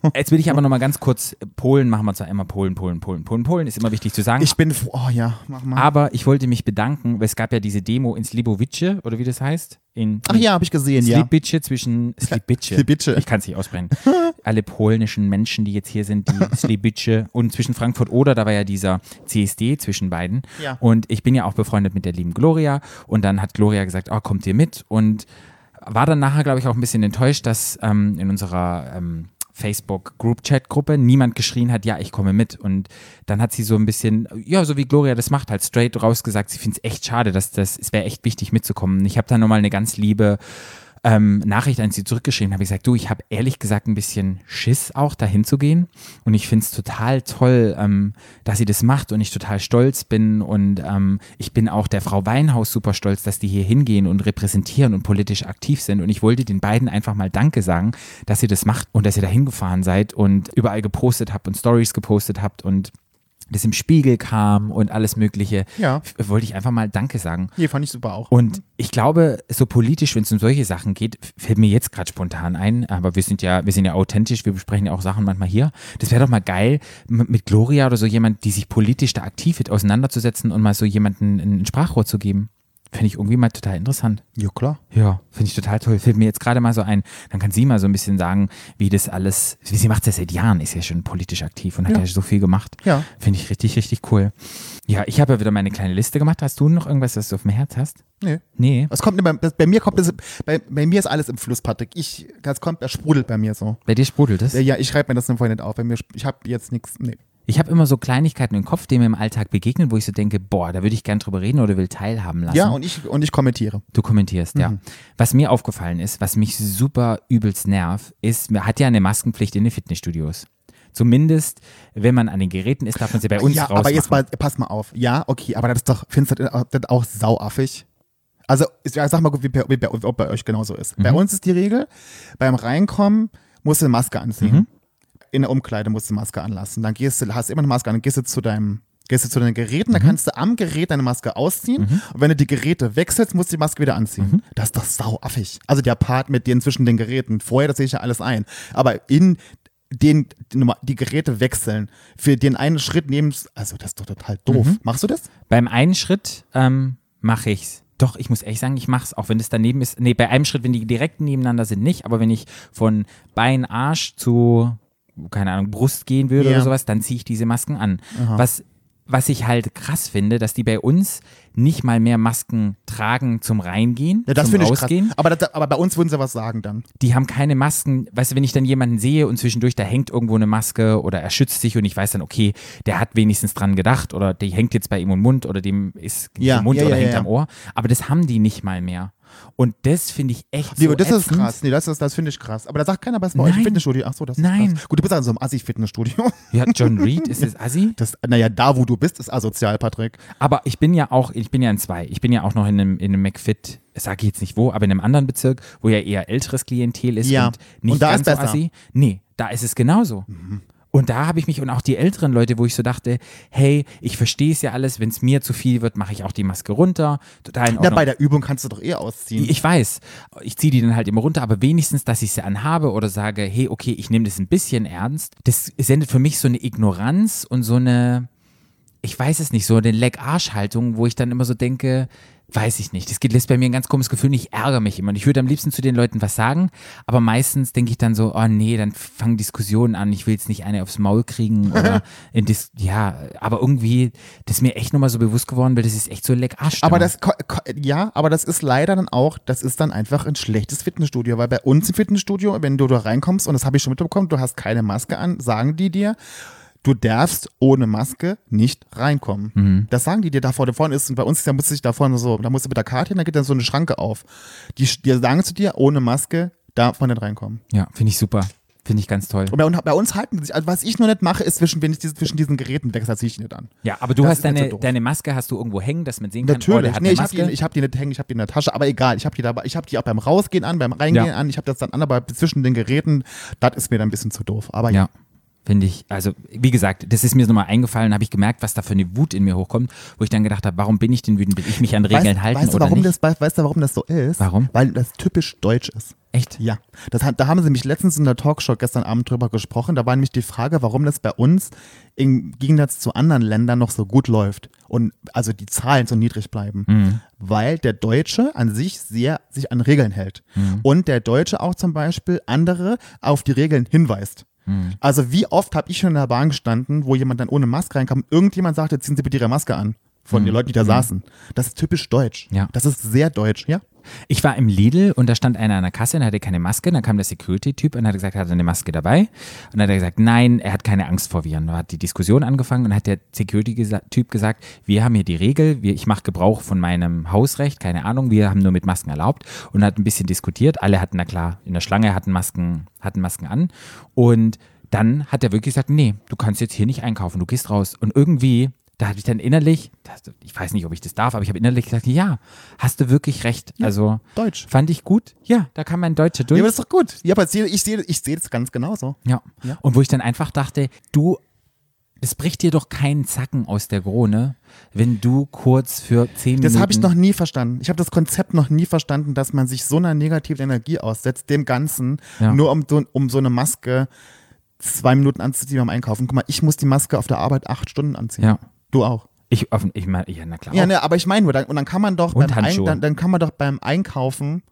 [SPEAKER 3] Ähm, jetzt will ich aber nochmal ganz kurz, Polen machen wir zwar immer Polen, Polen, Polen, Polen, Polen, ist immer wichtig zu sagen.
[SPEAKER 1] Ich bin froh, oh ja, mach mal.
[SPEAKER 3] Aber ich wollte mich bedanken, weil es gab ja diese Demo in Slibovice, oder wie das heißt? In
[SPEAKER 1] Ach ja, habe ich gesehen, ja.
[SPEAKER 3] Slibice zwischen Slibice.
[SPEAKER 1] Slibice.
[SPEAKER 3] Ich kann es nicht aussprechen. Alle polnischen Menschen, die jetzt hier sind, die Slibice und zwischen Frankfurt oder da war ja dieser CSD zwischen beiden.
[SPEAKER 1] Ja.
[SPEAKER 3] Und ich bin ja auch befreundet mit der lieben Gloria und dann hat Gloria gesagt, oh, kommt ihr mit und war dann nachher, glaube ich, auch ein bisschen enttäuscht, dass ähm, in unserer ähm, Facebook Group Chat Gruppe niemand geschrien hat, ja, ich komme mit. Und dann hat sie so ein bisschen, ja, so wie Gloria das macht, halt straight rausgesagt, sie findet es echt schade, dass das, es wäre echt wichtig mitzukommen. Ich habe dann nochmal eine ganz liebe ähm, Nachricht an sie zurückgeschrieben, habe ich gesagt, du, ich habe ehrlich gesagt ein bisschen Schiss auch dahin zu gehen und ich finde es total toll, ähm, dass sie das macht und ich total stolz bin und ähm, ich bin auch der Frau Weinhaus super stolz, dass die hier hingehen und repräsentieren und politisch aktiv sind und ich wollte den beiden einfach mal Danke sagen, dass ihr das macht und dass ihr da hingefahren seid und überall gepostet habt und Stories gepostet habt und das im Spiegel kam und alles Mögliche.
[SPEAKER 1] Ja.
[SPEAKER 3] F- Wollte ich einfach mal Danke sagen.
[SPEAKER 1] Hier fand ich super auch.
[SPEAKER 3] Und ich glaube, so politisch, wenn es um solche Sachen geht, f- fällt mir jetzt gerade spontan ein, aber wir sind ja, wir sind ja authentisch, wir besprechen ja auch Sachen manchmal hier. Das wäre doch mal geil, m- mit Gloria oder so jemand, die sich politisch da aktiv wird, auseinanderzusetzen und mal so jemanden ein Sprachrohr zu geben. Finde ich irgendwie mal total interessant.
[SPEAKER 1] Ja, klar.
[SPEAKER 3] Ja, finde ich total toll. Fällt mir jetzt gerade mal so ein. Dann kann sie mal so ein bisschen sagen, wie das alles, wie sie macht es ja seit Jahren, ist ja schon politisch aktiv und hat ja,
[SPEAKER 1] Ja.
[SPEAKER 3] so viel gemacht.
[SPEAKER 1] Ja.
[SPEAKER 3] Finde ich richtig, richtig cool. Ja, ich habe ja wieder meine kleine Liste gemacht. Hast du noch irgendwas, was du auf dem Herz hast?
[SPEAKER 1] Nee.
[SPEAKER 3] Nee.
[SPEAKER 1] Es kommt immer, das, bei mir kommt das, bei, bei mir ist alles im Fluss, Patrick. Ich, das kommt, das sprudelt bei mir so.
[SPEAKER 3] Bei dir sprudelt es.
[SPEAKER 1] Ja, Ja, ich schreibe mir das im Vorhinein auf. Bei mir, sp- ich habe jetzt nichts. Nee.
[SPEAKER 3] Ich habe immer so Kleinigkeiten im Kopf, die mir im Alltag begegnen, wo ich so denke, boah, da würde ich gern drüber reden oder will teilhaben lassen.
[SPEAKER 1] Ja, und Mhm. ich, und ich kommentiere.
[SPEAKER 3] Du kommentierst, ja. Was mir aufgefallen ist, was mich super übelst nervt, ist, man hat ja eine Maskenpflicht in den Fitnessstudios. Zumindest, wenn man an den Geräten ist, darf man sie bei uns
[SPEAKER 1] ja,
[SPEAKER 3] rausmachen.
[SPEAKER 1] aber jetzt mal, pass mal auf. Ja, okay, aber das ist doch, findest du das das auch sauaffig? Also, ist- ja, sag mal, gut, wie bei, wie bei, ob bei euch genauso ist.
[SPEAKER 3] Mhm.
[SPEAKER 1] Bei uns ist die Regel, beim Reinkommen musst du eine Maske anziehen.
[SPEAKER 3] Mhm.
[SPEAKER 1] In der Umkleide musst du eine Maske anlassen. Dann gehst du, hast immer eine Maske an, dann gehst du zu deinem, gehst du zu deinen Geräten,
[SPEAKER 3] Mhm.
[SPEAKER 1] dann kannst du am Gerät deine Maske ausziehen. Und wenn du die Geräte wechselst, musst du die Maske wieder anziehen.
[SPEAKER 3] Mhm.
[SPEAKER 1] Das ist doch sauaffig. Also der Part mit dir zwischen den Geräten. Vorher, das sehe ich ja alles ein. Aber in den, die Nummer- die Geräte wechseln, für den einen Schritt nehmen, also das ist doch total doof.
[SPEAKER 3] Mhm.
[SPEAKER 1] Machst du das?
[SPEAKER 3] Beim einen Schritt ähm, mache ich's. Doch, ich muss ehrlich sagen, ich mach's, auch wenn es daneben ist. Nee, bei einem Schritt, wenn die direkt nebeneinander sind, nicht, aber wenn ich von Bein, Arsch zu, keine Ahnung, Brust gehen würde
[SPEAKER 1] Ja.
[SPEAKER 3] oder sowas, dann ziehe ich diese Masken an. Was, was ich halt krass finde, dass die bei uns nicht mal mehr Masken tragen zum Reingehen,
[SPEAKER 1] Ja, das
[SPEAKER 3] zum
[SPEAKER 1] finde ich krass.
[SPEAKER 3] Rausgehen.
[SPEAKER 1] Aber, das, aber bei uns würden sie was sagen dann.
[SPEAKER 3] Die haben keine Masken. Weißt du, wenn ich dann jemanden sehe und zwischendurch da hängt irgendwo eine Maske oder er schützt sich und ich weiß dann, okay, der hat wenigstens dran gedacht oder die hängt jetzt bei ihm im Mund oder dem ist nicht
[SPEAKER 1] Ja,
[SPEAKER 3] im Mund
[SPEAKER 1] ja,
[SPEAKER 3] oder
[SPEAKER 1] ja,
[SPEAKER 3] hängt
[SPEAKER 1] ja.
[SPEAKER 3] am Ohr. Aber das haben die nicht mal mehr. Und das finde ich echt
[SPEAKER 1] Nee,
[SPEAKER 3] so
[SPEAKER 1] aber das ist
[SPEAKER 3] ätzend.
[SPEAKER 1] krass. Nee, das, ist- das finde ich krass. Aber da sagt keiner was bei euch
[SPEAKER 3] Nein.
[SPEAKER 1] im Fitnessstudio. Ach so, das
[SPEAKER 3] Nein.
[SPEAKER 1] ist krass. Gut, du bist also so im Assi-Fitnessstudio.
[SPEAKER 3] Ja, John Reed ist das Assi.
[SPEAKER 1] Das, naja, da wo du bist, ist asozial, Patrick.
[SPEAKER 3] Aber ich bin ja auch, ich bin ja in zwei. Ich bin ja auch noch in einem, in einem McFit, sage ich jetzt nicht wo, aber in einem anderen Bezirk, wo ja eher älteres Klientel ist
[SPEAKER 1] Ja.
[SPEAKER 3] und nicht
[SPEAKER 1] Und da
[SPEAKER 3] ganz
[SPEAKER 1] ist
[SPEAKER 3] so
[SPEAKER 1] besser. Mhm.
[SPEAKER 3] assi. Nee, da ist es genauso. Und da habe ich mich und auch die älteren Leute, wo ich so dachte, hey, ich verstehe es ja alles, wenn es mir zu viel wird, mache ich auch die Maske runter. Total in
[SPEAKER 1] Na,
[SPEAKER 3] Ordnung.
[SPEAKER 1] bei der Übung kannst du doch eh ausziehen.
[SPEAKER 3] Ich weiß, ich ziehe die dann halt immer runter, aber wenigstens, dass ich sie anhabe oder sage, hey, okay, ich nehme das ein bisschen ernst, das sendet für mich so eine Ignoranz und so eine, ich weiß es nicht, so eine Leck-Arsch-Haltung, wo ich dann immer so denke, weiß ich nicht, das geht- lässt bei mir ein ganz komisches Gefühl, ich ärgere mich immer und ich würde am liebsten zu den Leuten was sagen, aber meistens denke ich dann so, oh nee, dann fangen Diskussionen an, ich will jetzt nicht eine aufs Maul kriegen oder in Dis ja, aber irgendwie, das ist mir echt nochmal so bewusst geworden, weil das ist echt so Leck-Arsch.
[SPEAKER 1] aber das, ko- ko- ja, aber das ist leider dann auch, das ist dann einfach ein schlechtes Fitnessstudio, weil bei uns im Fitnessstudio, wenn du da reinkommst, und das habe ich schon mitbekommen, du hast keine Maske an, sagen die dir, du darfst ohne Maske nicht reinkommen. Das sagen die dir da vorne, vorne ist, und bei uns ist, da musst du dich da vorne so, da musst du mit der Karte hin, da geht dann so eine Schranke auf. Die, die sagen zu dir, ohne Maske darf man nicht reinkommen.
[SPEAKER 3] Ja, finde ich super. Finde ich ganz toll.
[SPEAKER 1] Und bei, bei uns halten sie sich, also was ich nur nicht mache, ist zwischen, wenn ich diese, zwischen diesen Geräten wechsle, ziehe ich nicht an.
[SPEAKER 3] Ja, aber du
[SPEAKER 1] Das
[SPEAKER 3] hast
[SPEAKER 1] ist mir
[SPEAKER 3] deine,
[SPEAKER 1] zu doof.
[SPEAKER 3] deine Maske hast du irgendwo hängen, dass man sehen kann, oh,
[SPEAKER 1] Natürlich.
[SPEAKER 3] der hat
[SPEAKER 1] nee,
[SPEAKER 3] eine
[SPEAKER 1] ich habe die,
[SPEAKER 3] Maske.
[SPEAKER 1] ich hab die nicht hängen, ich habe die in der Tasche, aber egal, ich habe die dabei, ich habe die auch beim Rausgehen an, beim Reingehen
[SPEAKER 3] Ja.
[SPEAKER 1] an, ich habe das dann an, aber zwischen den Geräten, das ist mir dann ein bisschen zu doof. Aber ja.
[SPEAKER 3] ja, finde ich. Also, wie gesagt, das ist mir nochmal eingefallen, habe ich gemerkt, was da für eine Wut in mir hochkommt, wo ich dann gedacht habe, warum bin ich denn wütend? Will ich mich an
[SPEAKER 1] Weißt,
[SPEAKER 3] Regeln halten
[SPEAKER 1] weißt, du,
[SPEAKER 3] oder
[SPEAKER 1] warum
[SPEAKER 3] nicht?
[SPEAKER 1] das, weißt, weißt du, warum das so ist?
[SPEAKER 3] Warum?
[SPEAKER 1] Weil das typisch deutsch ist.
[SPEAKER 3] Echt?
[SPEAKER 1] Ja, das, hat- da haben sie mich letztens in der Talkshow gestern Abend drüber gesprochen. Da war nämlich die Frage, warum das bei uns im Gegensatz zu anderen Ländern noch so gut läuft und also die Zahlen so niedrig bleiben. Weil der Deutsche an sich sehr sich an Regeln hält. Und der Deutsche auch zum Beispiel andere auf die Regeln hinweist. Also wie oft habe ich schon in der Bahn gestanden, wo jemand dann ohne Maske reinkam und irgendjemand sagte, ziehen Sie bitte Ihre Maske an. Von den Leuten, die da saßen. Das ist typisch deutsch.
[SPEAKER 3] Ja.
[SPEAKER 1] Das ist sehr deutsch, ja.
[SPEAKER 3] Ich war im Lidl und da stand einer an der Kasse und hatte keine Maske. Und dann kam der Security-Typ und hat gesagt, er hat eine Maske dabei. Und dann hat er gesagt, nein, er hat keine Angst vor Viren. Da hat die Diskussion angefangen und hat der Security-Typ gesagt, wir haben hier die Regel, wir, ich mache Gebrauch von meinem Hausrecht, keine Ahnung, wir haben nur mit Masken erlaubt und hat ein bisschen diskutiert. Alle hatten, na klar, in der Schlange hatten Masken, hatten Masken an. Und dann hat er wirklich gesagt, nee, du kannst jetzt hier nicht einkaufen, du gehst raus. Und irgendwie, da habe ich dann innerlich, das, ich weiß nicht, ob ich das darf, aber ich habe innerlich gesagt, ja, hast du wirklich recht. also
[SPEAKER 1] Deutsch.
[SPEAKER 3] fand ich gut. Ja, da kam mein Deutscher durch.
[SPEAKER 1] Ja, aber das ist doch gut. Ja, aber ich sehe ich sehe, ich sehe das ganz genauso.
[SPEAKER 3] Ja.
[SPEAKER 1] Ja.
[SPEAKER 3] Und wo ich dann einfach dachte, du, es bricht dir doch keinen Zacken aus der Krone, wenn du kurz für zehn Minuten.
[SPEAKER 1] Das habe ich noch nie verstanden. Ich habe das Konzept noch nie verstanden, dass man sich so einer negativen Energie aussetzt, dem Ganzen,
[SPEAKER 3] Ja.
[SPEAKER 1] nur um so, um so eine Maske zwei Minuten anzuziehen beim Einkaufen. Guck mal, ich muss die Maske auf der Arbeit acht Stunden anziehen.
[SPEAKER 3] Ja.
[SPEAKER 1] Du auch.
[SPEAKER 3] Ich, offen, ich meine, ja, na klar.
[SPEAKER 1] Ja,
[SPEAKER 3] auch.
[SPEAKER 1] ne, aber ich meine nur, dann, und dann kann man doch
[SPEAKER 3] Und
[SPEAKER 1] beim Ein,
[SPEAKER 3] Handschuhe.
[SPEAKER 1] dann, dann kann man doch beim Einkaufen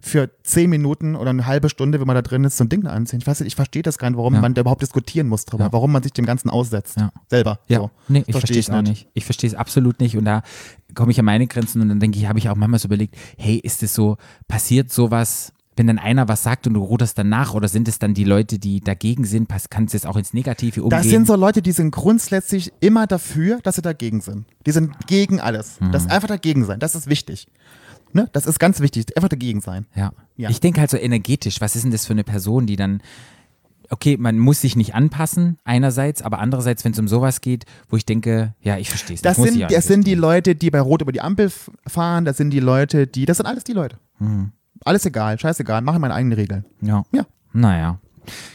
[SPEAKER 1] für zehn Minuten oder eine halbe Stunde, wenn man da drin ist, so ein Ding anziehen. Ich weiß nicht, ich verstehe das gar nicht, warum
[SPEAKER 3] Ja.
[SPEAKER 1] man da überhaupt diskutieren muss drüber,
[SPEAKER 3] Ja.
[SPEAKER 1] warum man sich dem Ganzen aussetzt.
[SPEAKER 3] Ja.
[SPEAKER 1] Selber.
[SPEAKER 3] Ja,
[SPEAKER 1] so. halt.
[SPEAKER 3] nee, ich verstehe es auch nicht. Ich verstehe es absolut nicht und da komme ich an meine Grenzen und dann denke ich, habe ich auch manchmal so überlegt, hey, ist es so, passiert sowas, wenn dann einer was sagt und du ruderst dann nach oder sind es dann die Leute, die dagegen sind, pass- kannst du es auch ins Negative umgehen?
[SPEAKER 1] Das sind so Leute, die sind grundsätzlich immer dafür, dass sie dagegen sind. Die sind gegen alles.
[SPEAKER 3] Mhm.
[SPEAKER 1] Das einfach dagegen sein, das ist wichtig. Ne? Das ist ganz wichtig, einfach dagegen sein.
[SPEAKER 3] Ja.
[SPEAKER 1] Ja.
[SPEAKER 3] Ich denke halt so energetisch, was ist denn das für eine Person, die dann, okay, man muss sich nicht anpassen, einerseits, aber andererseits, wenn es um sowas geht, wo ich denke, ja, ich verstehe es.
[SPEAKER 1] Das,
[SPEAKER 3] muss ich
[SPEAKER 1] sind,
[SPEAKER 3] auch
[SPEAKER 1] das
[SPEAKER 3] nicht.
[SPEAKER 1] sind die Leute, die bei Rot über die Ampel f- fahren, das sind die Leute, die, das sind alles die Leute.
[SPEAKER 3] Mhm.
[SPEAKER 1] Alles egal, scheißegal, mache meine eigenen Regeln.
[SPEAKER 3] Ja.
[SPEAKER 1] Ja.
[SPEAKER 3] Naja,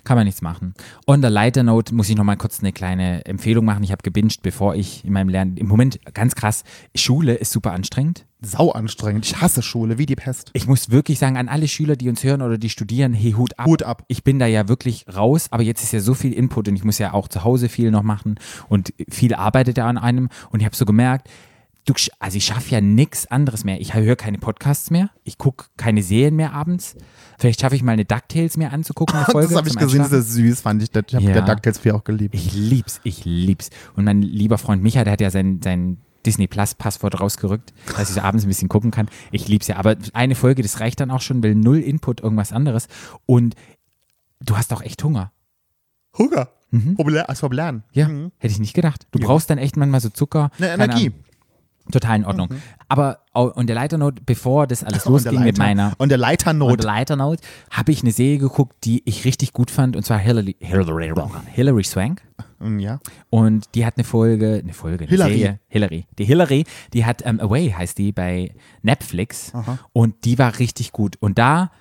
[SPEAKER 3] kann man nichts machen. On the lighter note muss ich nochmal kurz eine kleine Empfehlung machen. Ich habe gebinged, bevor ich in meinem Lernen, im Moment ganz krass, Schule ist super anstrengend.
[SPEAKER 1] Sau anstrengend. Ich hasse Schule, wie die Pest.
[SPEAKER 3] Ich muss wirklich sagen, an alle Schüler, die uns hören oder die studieren, hey, Hut ab.
[SPEAKER 1] Hut ab.
[SPEAKER 3] Ich bin da ja wirklich raus, aber jetzt ist ja so viel Input und ich muss ja auch zu Hause viel noch machen und viel arbeitet ja an einem und ich habe so gemerkt, du, sch- also ich schaffe ja nichts anderes mehr. Ich höre keine Podcasts mehr, ich gucke keine Serien mehr abends. Vielleicht schaffe ich mal eine DuckTales mir anzugucken. eine Folge
[SPEAKER 1] das habe ich
[SPEAKER 3] zum
[SPEAKER 1] gesehen, das
[SPEAKER 3] Einschlafen.
[SPEAKER 1] ist süß, fand ich. Das- Ich habe
[SPEAKER 3] Ja.
[SPEAKER 1] ja. DuckTales 4 auch geliebt.
[SPEAKER 3] Ich lieb's, ich lieb's. Und mein lieber Freund Micha, der hat ja sein, sein Disney Plus Passwort rausgerückt, dass ich so abends ein bisschen gucken kann. Ich lieb's ja. Aber eine Folge, das reicht dann auch schon, weil null Input, irgendwas anderes. Und du hast auch echt Hunger.
[SPEAKER 1] Hunger. Mhm. Problem, also vom Lernen.
[SPEAKER 3] Ja, hätte ich nicht gedacht. Du brauchst dann echt manchmal so Zucker.
[SPEAKER 1] Ne,
[SPEAKER 3] keine
[SPEAKER 1] Energie. Mhm.
[SPEAKER 3] Ahnung. Total in Ordnung. Aber au- und der Leiternot, bevor das alles
[SPEAKER 1] Und der
[SPEAKER 3] losging mit
[SPEAKER 1] Leiter-
[SPEAKER 3] meiner
[SPEAKER 1] Und der
[SPEAKER 3] und
[SPEAKER 1] Leiternot.
[SPEAKER 3] Leiternot, habe ich eine Serie geguckt, die ich richtig gut fand, und zwar Hillary, Hillary, Hillary Swank.
[SPEAKER 1] Mm, Ja.
[SPEAKER 3] Und die hat eine Folge, eine Folge, eine
[SPEAKER 1] Hillary.
[SPEAKER 3] Serie. Hillary. Die Hillary, die hat ähm, Away, heißt die, bei Netflix.
[SPEAKER 1] Aha.
[SPEAKER 3] Und die war richtig gut. Und da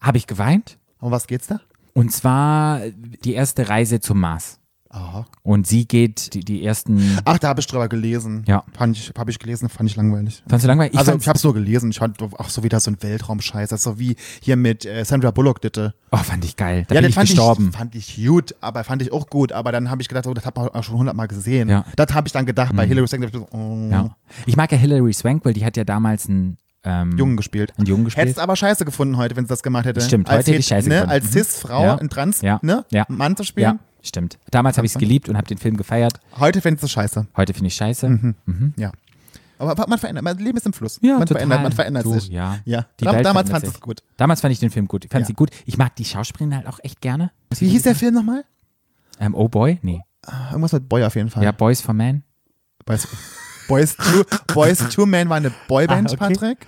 [SPEAKER 3] habe ich geweint.
[SPEAKER 1] Um was geht's da?
[SPEAKER 3] Und zwar die erste Reise zum Mars.
[SPEAKER 1] Aha.
[SPEAKER 3] Und sie geht die, die ersten.
[SPEAKER 1] Ach, da habe ich drüber gelesen.
[SPEAKER 3] Ja.
[SPEAKER 1] Fand ich, habe ich gelesen, fand ich langweilig.
[SPEAKER 3] Fandst du langweilig? Ich
[SPEAKER 1] also,
[SPEAKER 3] fand's-
[SPEAKER 1] ich habe es nur gelesen. Ich fand auch so wieder so ein Weltraumscheiß. Das ist so wie hier mit äh, Sandra Bullock, bitte.
[SPEAKER 3] oh, fand ich geil. Da
[SPEAKER 1] ja,
[SPEAKER 3] bin
[SPEAKER 1] den
[SPEAKER 3] ich
[SPEAKER 1] fand
[SPEAKER 3] gestorben.
[SPEAKER 1] ich fand ich gut, aber fand ich auch gut. Aber dann habe ich gedacht, oh, das habe ich auch schon hundertmal gesehen.
[SPEAKER 3] Ja. Mhm.
[SPEAKER 1] Das habe ich dann gedacht bei Hillary Swank. dachte ich so, Oh,
[SPEAKER 3] ja. Ich mag ja Hillary Swank, weil die hat ja damals einen. Ähm,
[SPEAKER 1] Jungen gespielt.
[SPEAKER 3] Einen Jungen gespielt.
[SPEAKER 1] Hättest aber scheiße gefunden heute, wenn sie das gemacht hätte.
[SPEAKER 3] Stimmt,
[SPEAKER 1] als
[SPEAKER 3] heute hätte ich
[SPEAKER 1] Het-
[SPEAKER 3] scheiße
[SPEAKER 1] ne,
[SPEAKER 3] gefunden.
[SPEAKER 1] Als
[SPEAKER 3] Mhm.
[SPEAKER 1] Cis-Frau,
[SPEAKER 3] Ja.
[SPEAKER 1] ein Trans,
[SPEAKER 3] Ja.
[SPEAKER 1] ne,
[SPEAKER 3] Ja.
[SPEAKER 1] Mann zu
[SPEAKER 3] ja,
[SPEAKER 1] spielen.
[SPEAKER 3] stimmt. Damals habe ich es geliebt und habe den Film gefeiert.
[SPEAKER 1] Heute fände ich scheiße.
[SPEAKER 3] Heute finde ich scheiße.
[SPEAKER 1] Ja. Aber man verändert, mein Leben ist im Fluss.
[SPEAKER 3] Mhm. Ja,
[SPEAKER 1] Mhm. man
[SPEAKER 3] total.
[SPEAKER 1] verändert, man verändert
[SPEAKER 3] Du,
[SPEAKER 1] sich.
[SPEAKER 3] Ja,
[SPEAKER 1] ja.
[SPEAKER 3] Die
[SPEAKER 1] Dam-
[SPEAKER 3] Welt
[SPEAKER 1] damals
[SPEAKER 3] verändert
[SPEAKER 1] fandst du
[SPEAKER 3] sich.
[SPEAKER 1] es gut.
[SPEAKER 3] Damals fand ich den Film gut. Ich fand
[SPEAKER 1] Ja.
[SPEAKER 3] sie gut. Ich mag die Schauspielerin halt auch echt gerne. muss
[SPEAKER 1] Wie
[SPEAKER 3] ich
[SPEAKER 1] hieß der
[SPEAKER 3] sagen.
[SPEAKER 1] Film nochmal? Ah,
[SPEAKER 3] Ähm, oh Boy? Nee.
[SPEAKER 1] Irgendwas mit Boy auf jeden Fall.
[SPEAKER 3] Ja, Boys for Men.
[SPEAKER 1] Boys, Boys, Two, Boys Two Man war eine Boyband,
[SPEAKER 3] Ah, okay.
[SPEAKER 1] Patrick.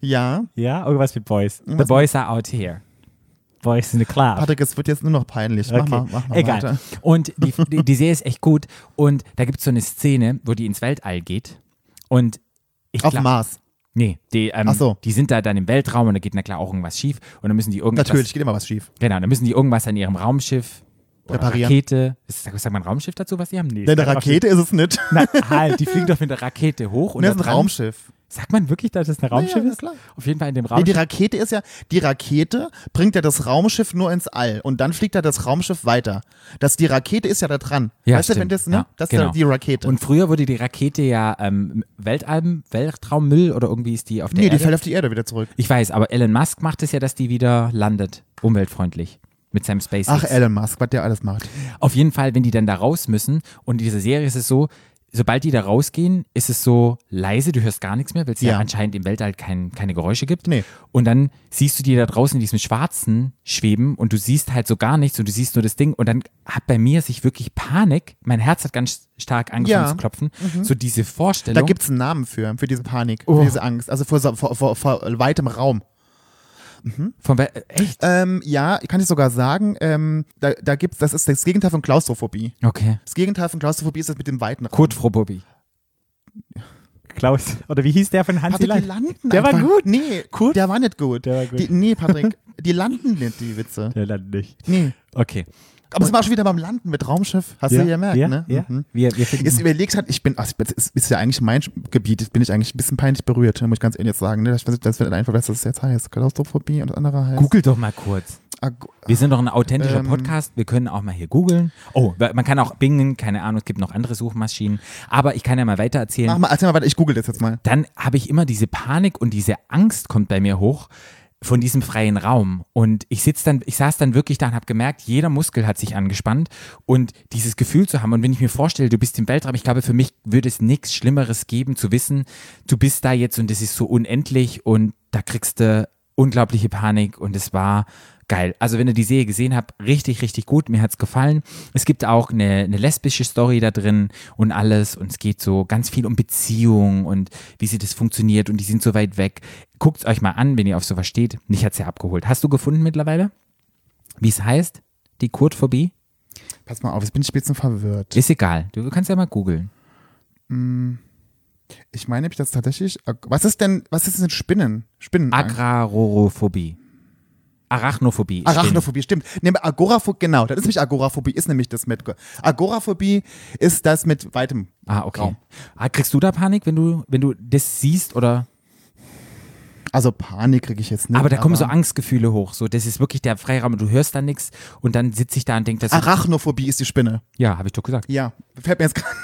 [SPEAKER 1] Ja.
[SPEAKER 3] Ja, irgendwas mit Boys. The Boys are out here. Boys in the club.
[SPEAKER 1] Patrick, es wird jetzt nur noch peinlich. Mach mal, mach mal
[SPEAKER 3] Egal.
[SPEAKER 1] weiter.
[SPEAKER 3] Und die, die, die Serie ist echt gut. Und da gibt es so eine Szene, wo die ins Weltall geht. Und ich
[SPEAKER 1] Auf
[SPEAKER 3] glaub-
[SPEAKER 1] dem Mars.
[SPEAKER 3] Nee, die, ähm,
[SPEAKER 1] Ach so.
[SPEAKER 3] die sind da dann im Weltraum und da geht na klar auch irgendwas schief. Und dann müssen die irgendwas.
[SPEAKER 1] Natürlich, geht immer was schief.
[SPEAKER 3] Genau, dann müssen die irgendwas an ihrem Raumschiff. Oder
[SPEAKER 1] Reparieren.
[SPEAKER 3] Rakete. Ist, sagt sagt man Raumschiff dazu, was die haben? Nee,
[SPEAKER 1] Denn
[SPEAKER 3] ist
[SPEAKER 1] eine
[SPEAKER 3] kein Raumschiff.
[SPEAKER 1] Rakete ist es nicht.
[SPEAKER 3] Na, halt, die fliegen doch mit der Rakete hoch. Und
[SPEAKER 1] Und das ist
[SPEAKER 3] da
[SPEAKER 1] ein
[SPEAKER 3] dran-
[SPEAKER 1] Raumschiff.
[SPEAKER 3] Sagt man wirklich, dass das ein Raumschiff
[SPEAKER 1] na
[SPEAKER 3] ist?
[SPEAKER 1] klar.
[SPEAKER 3] Auf jeden Fall in dem
[SPEAKER 1] Nee, die
[SPEAKER 3] Raumschiff.
[SPEAKER 1] Rakete ist ja, die Rakete bringt ja das Raumschiff nur ins All und dann fliegt ja das Raumschiff weiter. Das, die Rakete ist ja da dran.
[SPEAKER 3] Ja,
[SPEAKER 1] weißt du, wenn
[SPEAKER 3] stimmt.
[SPEAKER 1] das, ne?
[SPEAKER 3] Ja,
[SPEAKER 1] das
[SPEAKER 3] genau.
[SPEAKER 1] ist ja die Rakete.
[SPEAKER 3] und früher wurde die Rakete ja ähm, Weltalben, Weltraummüll oder irgendwie ist die auf der
[SPEAKER 1] nee, die
[SPEAKER 3] Erde.
[SPEAKER 1] fällt auf die Erde wieder zurück.
[SPEAKER 3] ich weiß, aber Elon Musk macht es ja, dass die wieder landet. Umweltfreundlich. Mit seinem SpaceX.
[SPEAKER 1] Ach, Elon Musk, was der alles macht.
[SPEAKER 3] Auf jeden Fall, wenn die dann da raus müssen und in dieser Serie ist es so, sobald die da rausgehen, ist es so leise, du hörst gar nichts mehr, weil es ja.
[SPEAKER 1] Ja.
[SPEAKER 3] anscheinend im Weltall kein, keine Geräusche gibt.
[SPEAKER 1] Nee.
[SPEAKER 3] Und dann siehst du die da draußen in diesem Schwarzen schweben und du siehst halt so gar nichts und du siehst nur das Ding. Und dann hat bei mir sich wirklich Panik, mein Herz hat ganz stark angefangen
[SPEAKER 1] Ja.
[SPEAKER 3] zu klopfen,
[SPEAKER 4] Mhm.
[SPEAKER 3] so diese Vorstellung.
[SPEAKER 1] Da gibt es einen Namen für, für diese Panik,
[SPEAKER 3] Oh.
[SPEAKER 1] für diese Angst, also vor, so- vor, vor, vor weitem Raum.
[SPEAKER 3] von, we- äh, echt?
[SPEAKER 1] Ähm, ja, ich kann ich sogar sagen, ähm, da, da gibt's, das ist das Gegenteil von Klaustrophobie.
[SPEAKER 3] Okay.
[SPEAKER 1] Das Gegenteil von Klaustrophobie ist das mit dem weiten Raum.
[SPEAKER 3] Kurt Frobobi.
[SPEAKER 4] Klaus, oder wie hieß der von Hansi
[SPEAKER 1] Patrick,
[SPEAKER 4] Land?
[SPEAKER 1] die landen
[SPEAKER 4] Der war
[SPEAKER 1] einfach.
[SPEAKER 4] gut.
[SPEAKER 1] Nee,
[SPEAKER 4] Kurt?
[SPEAKER 1] der war nicht gut.
[SPEAKER 4] Der war gut.
[SPEAKER 1] Die, nee, Patrick, die landen nicht, die Witze.
[SPEAKER 4] Der Land nicht.
[SPEAKER 1] Nee.
[SPEAKER 3] Okay.
[SPEAKER 1] Aber es war schon wieder beim Landen mit Raumschiff. Hast du ja gemerkt,
[SPEAKER 4] ja,
[SPEAKER 1] ne?
[SPEAKER 4] Ja.
[SPEAKER 1] Mhm.
[SPEAKER 4] Wir, wir finden
[SPEAKER 1] Jetzt überlegt hat, ich bin, ach, das ist, ist ja eigentlich mein Gebiet, jetzt bin ich eigentlich ein bisschen peinlich berührt, muss ich ganz ehrlich sagen. Ne? Das, das wird einfach, was das jetzt heißt. Klaustrophobie und das andere heißt.
[SPEAKER 3] Google doch mal kurz.
[SPEAKER 1] Agu-
[SPEAKER 3] Wir sind doch ein authentischer
[SPEAKER 1] Ähm.
[SPEAKER 3] Podcast. Wir können auch mal hier googeln. Oh, wa- man kann auch bingen, keine Ahnung, es gibt noch andere Suchmaschinen. Aber ich kann ja mal weiter
[SPEAKER 1] Mach
[SPEAKER 3] erzählen.
[SPEAKER 1] mal, erzähl mal weiter, ich google das jetzt mal.
[SPEAKER 3] Dann habe ich immer diese Panik und diese Angst kommt bei mir hoch von diesem freien Raum. Und ich sitz dann, ich saß dann wirklich da und habe gemerkt, jeder Muskel hat sich angespannt und dieses Gefühl zu haben. Und wenn ich mir vorstelle, du bist im Weltraum, ich glaube, für mich würde es nichts Schlimmeres geben, zu wissen, du bist da jetzt und es ist so unendlich und da kriegst du unglaubliche Panik und es war geil. Also wenn ihr die Serie gesehen habt, richtig, richtig gut, mir hat's gefallen. Es gibt auch eine, eine lesbische Story da drin und alles und es geht so ganz viel um Beziehungen und wie sie das funktioniert und die sind so weit weg. Guckt's euch mal an, wenn ihr auf sowas steht. Mich hat's ja abgeholt. Hast du gefunden mittlerweile, wie es heißt? Die Kurtphobie?
[SPEAKER 1] Pass mal auf, jetzt bin ich ein bisschen verwirrt.
[SPEAKER 3] Ist egal. Du kannst ja mal googeln.
[SPEAKER 1] Ich meine, ob ich das tatsächlich. Was ist denn, was ist denn Spinnen? Spinnen.
[SPEAKER 3] Agrarorophobie. Arachnophobie.
[SPEAKER 1] Arachnophobie, stimmt. Nee, Agoraphobie, genau, das ist nämlich Agoraphobie, ist nämlich das mit. Agoraphobie ist das mit weitem.
[SPEAKER 3] Ah, okay.
[SPEAKER 1] Raum.
[SPEAKER 3] Ah, kriegst du da Panik, wenn du, wenn du das siehst oder
[SPEAKER 1] Also Panik kriege ich jetzt nicht.
[SPEAKER 3] Aber da kommen so Angstgefühle hoch. So, das ist wirklich der Freiraum und du hörst da nichts und dann sitze ich da und denke, das ist,
[SPEAKER 1] Arachnophobie ist die Spinne.
[SPEAKER 3] Ja, habe ich doch gesagt.
[SPEAKER 1] Ja, fällt mir jetzt gar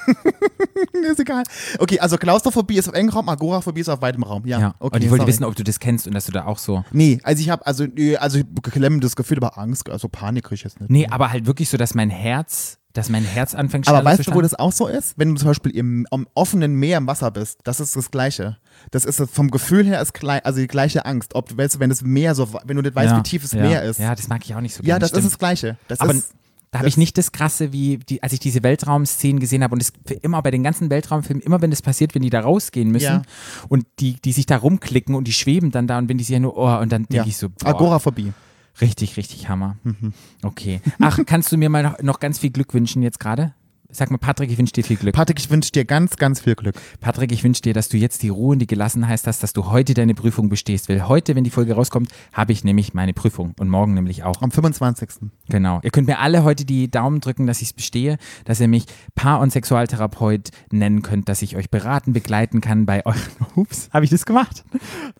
[SPEAKER 1] Ist egal. Okay, also Klaustrophobie ist auf engem Raum, Agoraphobie ist auf weitem Raum. Ja,
[SPEAKER 3] Ja.
[SPEAKER 1] okay.
[SPEAKER 3] und ich wollte
[SPEAKER 1] sorry.
[SPEAKER 3] wissen, ob du das kennst und dass du da auch so.
[SPEAKER 1] Nee, also ich habe, also, nee, also klemmendes Gefühl, aber Angst, also Panik kriege ich jetzt nicht.
[SPEAKER 3] Nee, aber halt wirklich so, dass mein Herz, dass mein Herz anfängt
[SPEAKER 1] Aber
[SPEAKER 3] schneller
[SPEAKER 1] weißt
[SPEAKER 3] zu
[SPEAKER 1] du, wo
[SPEAKER 3] schlagen.
[SPEAKER 1] das auch so ist? Wenn du zum Beispiel im, am offenen Meer im Wasser bist, das ist das Gleiche. Das ist das- vom Gefühl her ist gleich, also die gleiche Angst. Ob, weißt du, wenn das Meer so, wenn du nicht weißt,
[SPEAKER 3] ja,
[SPEAKER 1] wie tief das
[SPEAKER 3] ja,
[SPEAKER 1] Meer ist.
[SPEAKER 3] Ja,
[SPEAKER 1] Ja,
[SPEAKER 3] das mag ich auch nicht so
[SPEAKER 1] das
[SPEAKER 3] stimmt.
[SPEAKER 1] ist das Gleiche. Das
[SPEAKER 3] Aber
[SPEAKER 1] ist,
[SPEAKER 3] da habe ich nicht das Krasse, wie die, als ich diese Weltraum-Szenen gesehen habe und es für immer bei den ganzen Weltraumfilmen, immer wenn das passiert, wenn die da rausgehen müssen
[SPEAKER 1] Ja.
[SPEAKER 3] und die, die sich da rumklicken und die schweben dann da und wenn die sich ja nur, oh, und dann denke
[SPEAKER 1] ja.
[SPEAKER 3] ich so, boah,
[SPEAKER 1] Agoraphobie.
[SPEAKER 3] Richtig, richtig Hammer. Okay. Ach, kannst du mir mal noch, noch ganz viel Glück wünschen jetzt gerade? Sag mal, Patrick, ich wünsche dir viel Glück.
[SPEAKER 1] Patrick, ich wünsche dir ganz, ganz viel Glück.
[SPEAKER 3] Patrick, ich wünsche dir, dass du jetzt die Ruhe und die Gelassenheit hast, dass du heute deine Prüfung bestehst. Weil heute, wenn die Folge rauskommt, habe ich nämlich meine Prüfung und morgen nämlich auch.
[SPEAKER 1] Am 25.
[SPEAKER 3] Genau. Ihr könnt mir alle heute die Daumen drücken, dass ich es bestehe, dass ihr mich Paar- und Sexualtherapeut nennen könnt, dass ich euch beraten, begleiten kann bei euren. Ups.
[SPEAKER 4] Habe ich das gemacht?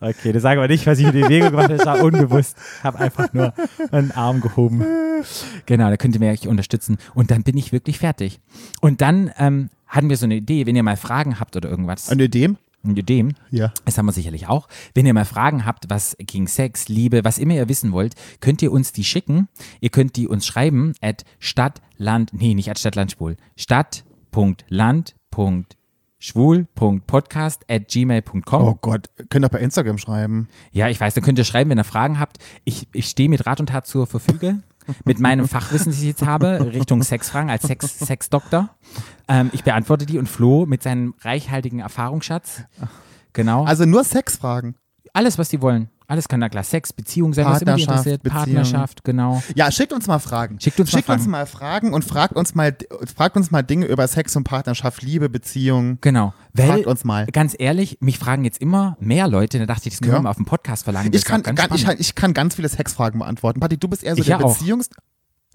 [SPEAKER 4] Okay, das sagen wir nicht, was ich mit der Bewegung gemacht habe. Das war unbewusst. Habe einfach nur einen Arm gehoben.
[SPEAKER 3] Genau, da könnt ihr mir euch unterstützen. Und dann bin ich wirklich fertig. Und dann ähm, hatten wir so eine Idee, wenn ihr mal Fragen habt oder irgendwas.
[SPEAKER 1] Eine Idee?
[SPEAKER 3] Und dem,
[SPEAKER 1] Ja.
[SPEAKER 3] das haben wir sicherlich auch. Wenn ihr mal Fragen habt, was gegen Sex, Liebe, was immer ihr wissen wollt, könnt ihr uns die schicken. Ihr könnt die uns schreiben at Stadt, Land, nee, nicht at Stadt, Land, Schwul. Stadt.land.schwul.podcast at gmail.com.
[SPEAKER 1] Oh Gott, könnt ihr bei Instagram schreiben.
[SPEAKER 3] Ja, ich weiß, dann könnt ihr schreiben, wenn ihr Fragen habt. Ich, ich stehe mit Rat und Tat zur Verfügung. Mit meinem Fachwissen, das ich jetzt habe, Richtung Sexfragen als Sex, Sexdoktor. Ähm, ich beantworte die und Flo mit seinem reichhaltigen Erfahrungsschatz. Genau.
[SPEAKER 1] Also nur Sexfragen.
[SPEAKER 3] Alles, was die wollen. Alles kann da klar. Sex, Beziehung sein, was immer die
[SPEAKER 1] Partnerschaft,
[SPEAKER 3] interessiert.
[SPEAKER 1] Beziehung.
[SPEAKER 3] Partnerschaft, genau.
[SPEAKER 1] Ja, schickt uns mal Fragen.
[SPEAKER 3] Schickt uns mal
[SPEAKER 1] schickt uns
[SPEAKER 3] Fragen.
[SPEAKER 1] mal Fragen und fragt uns mal, fragt uns mal Dinge über Sex und Partnerschaft, Liebe, Beziehung.
[SPEAKER 3] Genau. Weil,
[SPEAKER 1] Fragt uns mal.
[SPEAKER 3] Ganz ehrlich, mich fragen jetzt immer mehr Leute. Da dachte ich, das können
[SPEAKER 1] Ja.
[SPEAKER 3] wir mal auf dem Podcast verlangen. Das
[SPEAKER 1] Ich
[SPEAKER 3] ist
[SPEAKER 1] kann,
[SPEAKER 3] auch ganz
[SPEAKER 1] ganz, ich,
[SPEAKER 3] spannend.
[SPEAKER 1] kann- ich kann ganz viele Sexfragen beantworten. Patrick, du bist eher so
[SPEAKER 3] Ich
[SPEAKER 1] der
[SPEAKER 3] ja auch.
[SPEAKER 1] Beziehungs...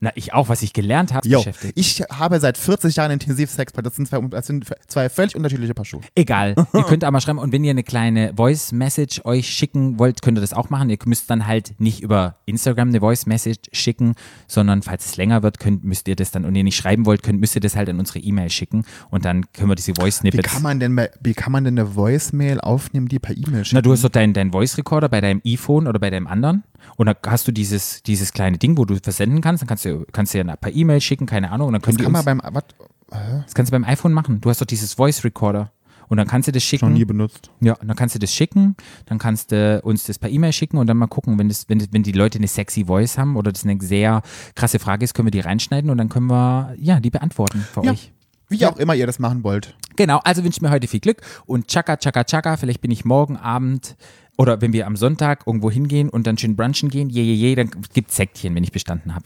[SPEAKER 3] Na, ich auch, was ich gelernt habe,
[SPEAKER 1] Jo,
[SPEAKER 3] beschäftigt.
[SPEAKER 1] ich habe seit 40 Jahren intensiv Sex, das sind zwei, das sind zwei völlig unterschiedliche Paar Schuhe.
[SPEAKER 3] Egal, ihr könnt aber schreiben und wenn ihr eine kleine Voice Message euch schicken wollt, könnt ihr das auch machen. Ihr müsst dann halt nicht über Instagram eine Voice Message schicken, sondern falls es länger wird, könnt müsst ihr das dann und ihr nicht schreiben wollt, könnt müsst ihr das halt an unsere E-Mail schicken und dann können wir diese Voice
[SPEAKER 1] Wie
[SPEAKER 3] Snippets.
[SPEAKER 1] kann man denn, mal- wie kann man denn eine Voicemail aufnehmen, die per E-Mail
[SPEAKER 3] Na,
[SPEAKER 1] schickt?
[SPEAKER 3] du hast doch deinen dein Voice Recorder bei deinem iPhone oder bei deinem anderen und dann hast du dieses dieses kleine Ding, wo du versenden kannst, dann kannst du kannst du ja per E-Mail schicken, keine Ahnung, und dann könnt
[SPEAKER 1] Das
[SPEAKER 3] ihr
[SPEAKER 1] kann man
[SPEAKER 3] uns,
[SPEAKER 1] beim, äh, was,
[SPEAKER 3] Das kannst du beim iPhone machen. Du hast doch dieses Voice Recorder. Und dann kannst du das schicken.
[SPEAKER 1] Noch nie benutzt.
[SPEAKER 3] Ja, und dann kannst du das schicken, dann kannst du uns das per E-Mail schicken und dann mal gucken, wenn, das, wenn, das, wenn die Leute eine sexy Voice haben oder das eine sehr krasse Frage ist, können wir die reinschneiden und dann können wir, ja, die beantworten für
[SPEAKER 1] Ja.
[SPEAKER 3] euch.
[SPEAKER 1] Wie auch immer ihr das machen wollt.
[SPEAKER 3] Genau, also wünsche mir heute viel Glück und tschakka, tschakka, tschakka, vielleicht bin ich morgen Abend oder wenn wir am Sonntag irgendwo hingehen und dann schön brunchen gehen, je, je, je, dann gibt's Sektchen, wenn ich bestanden habe.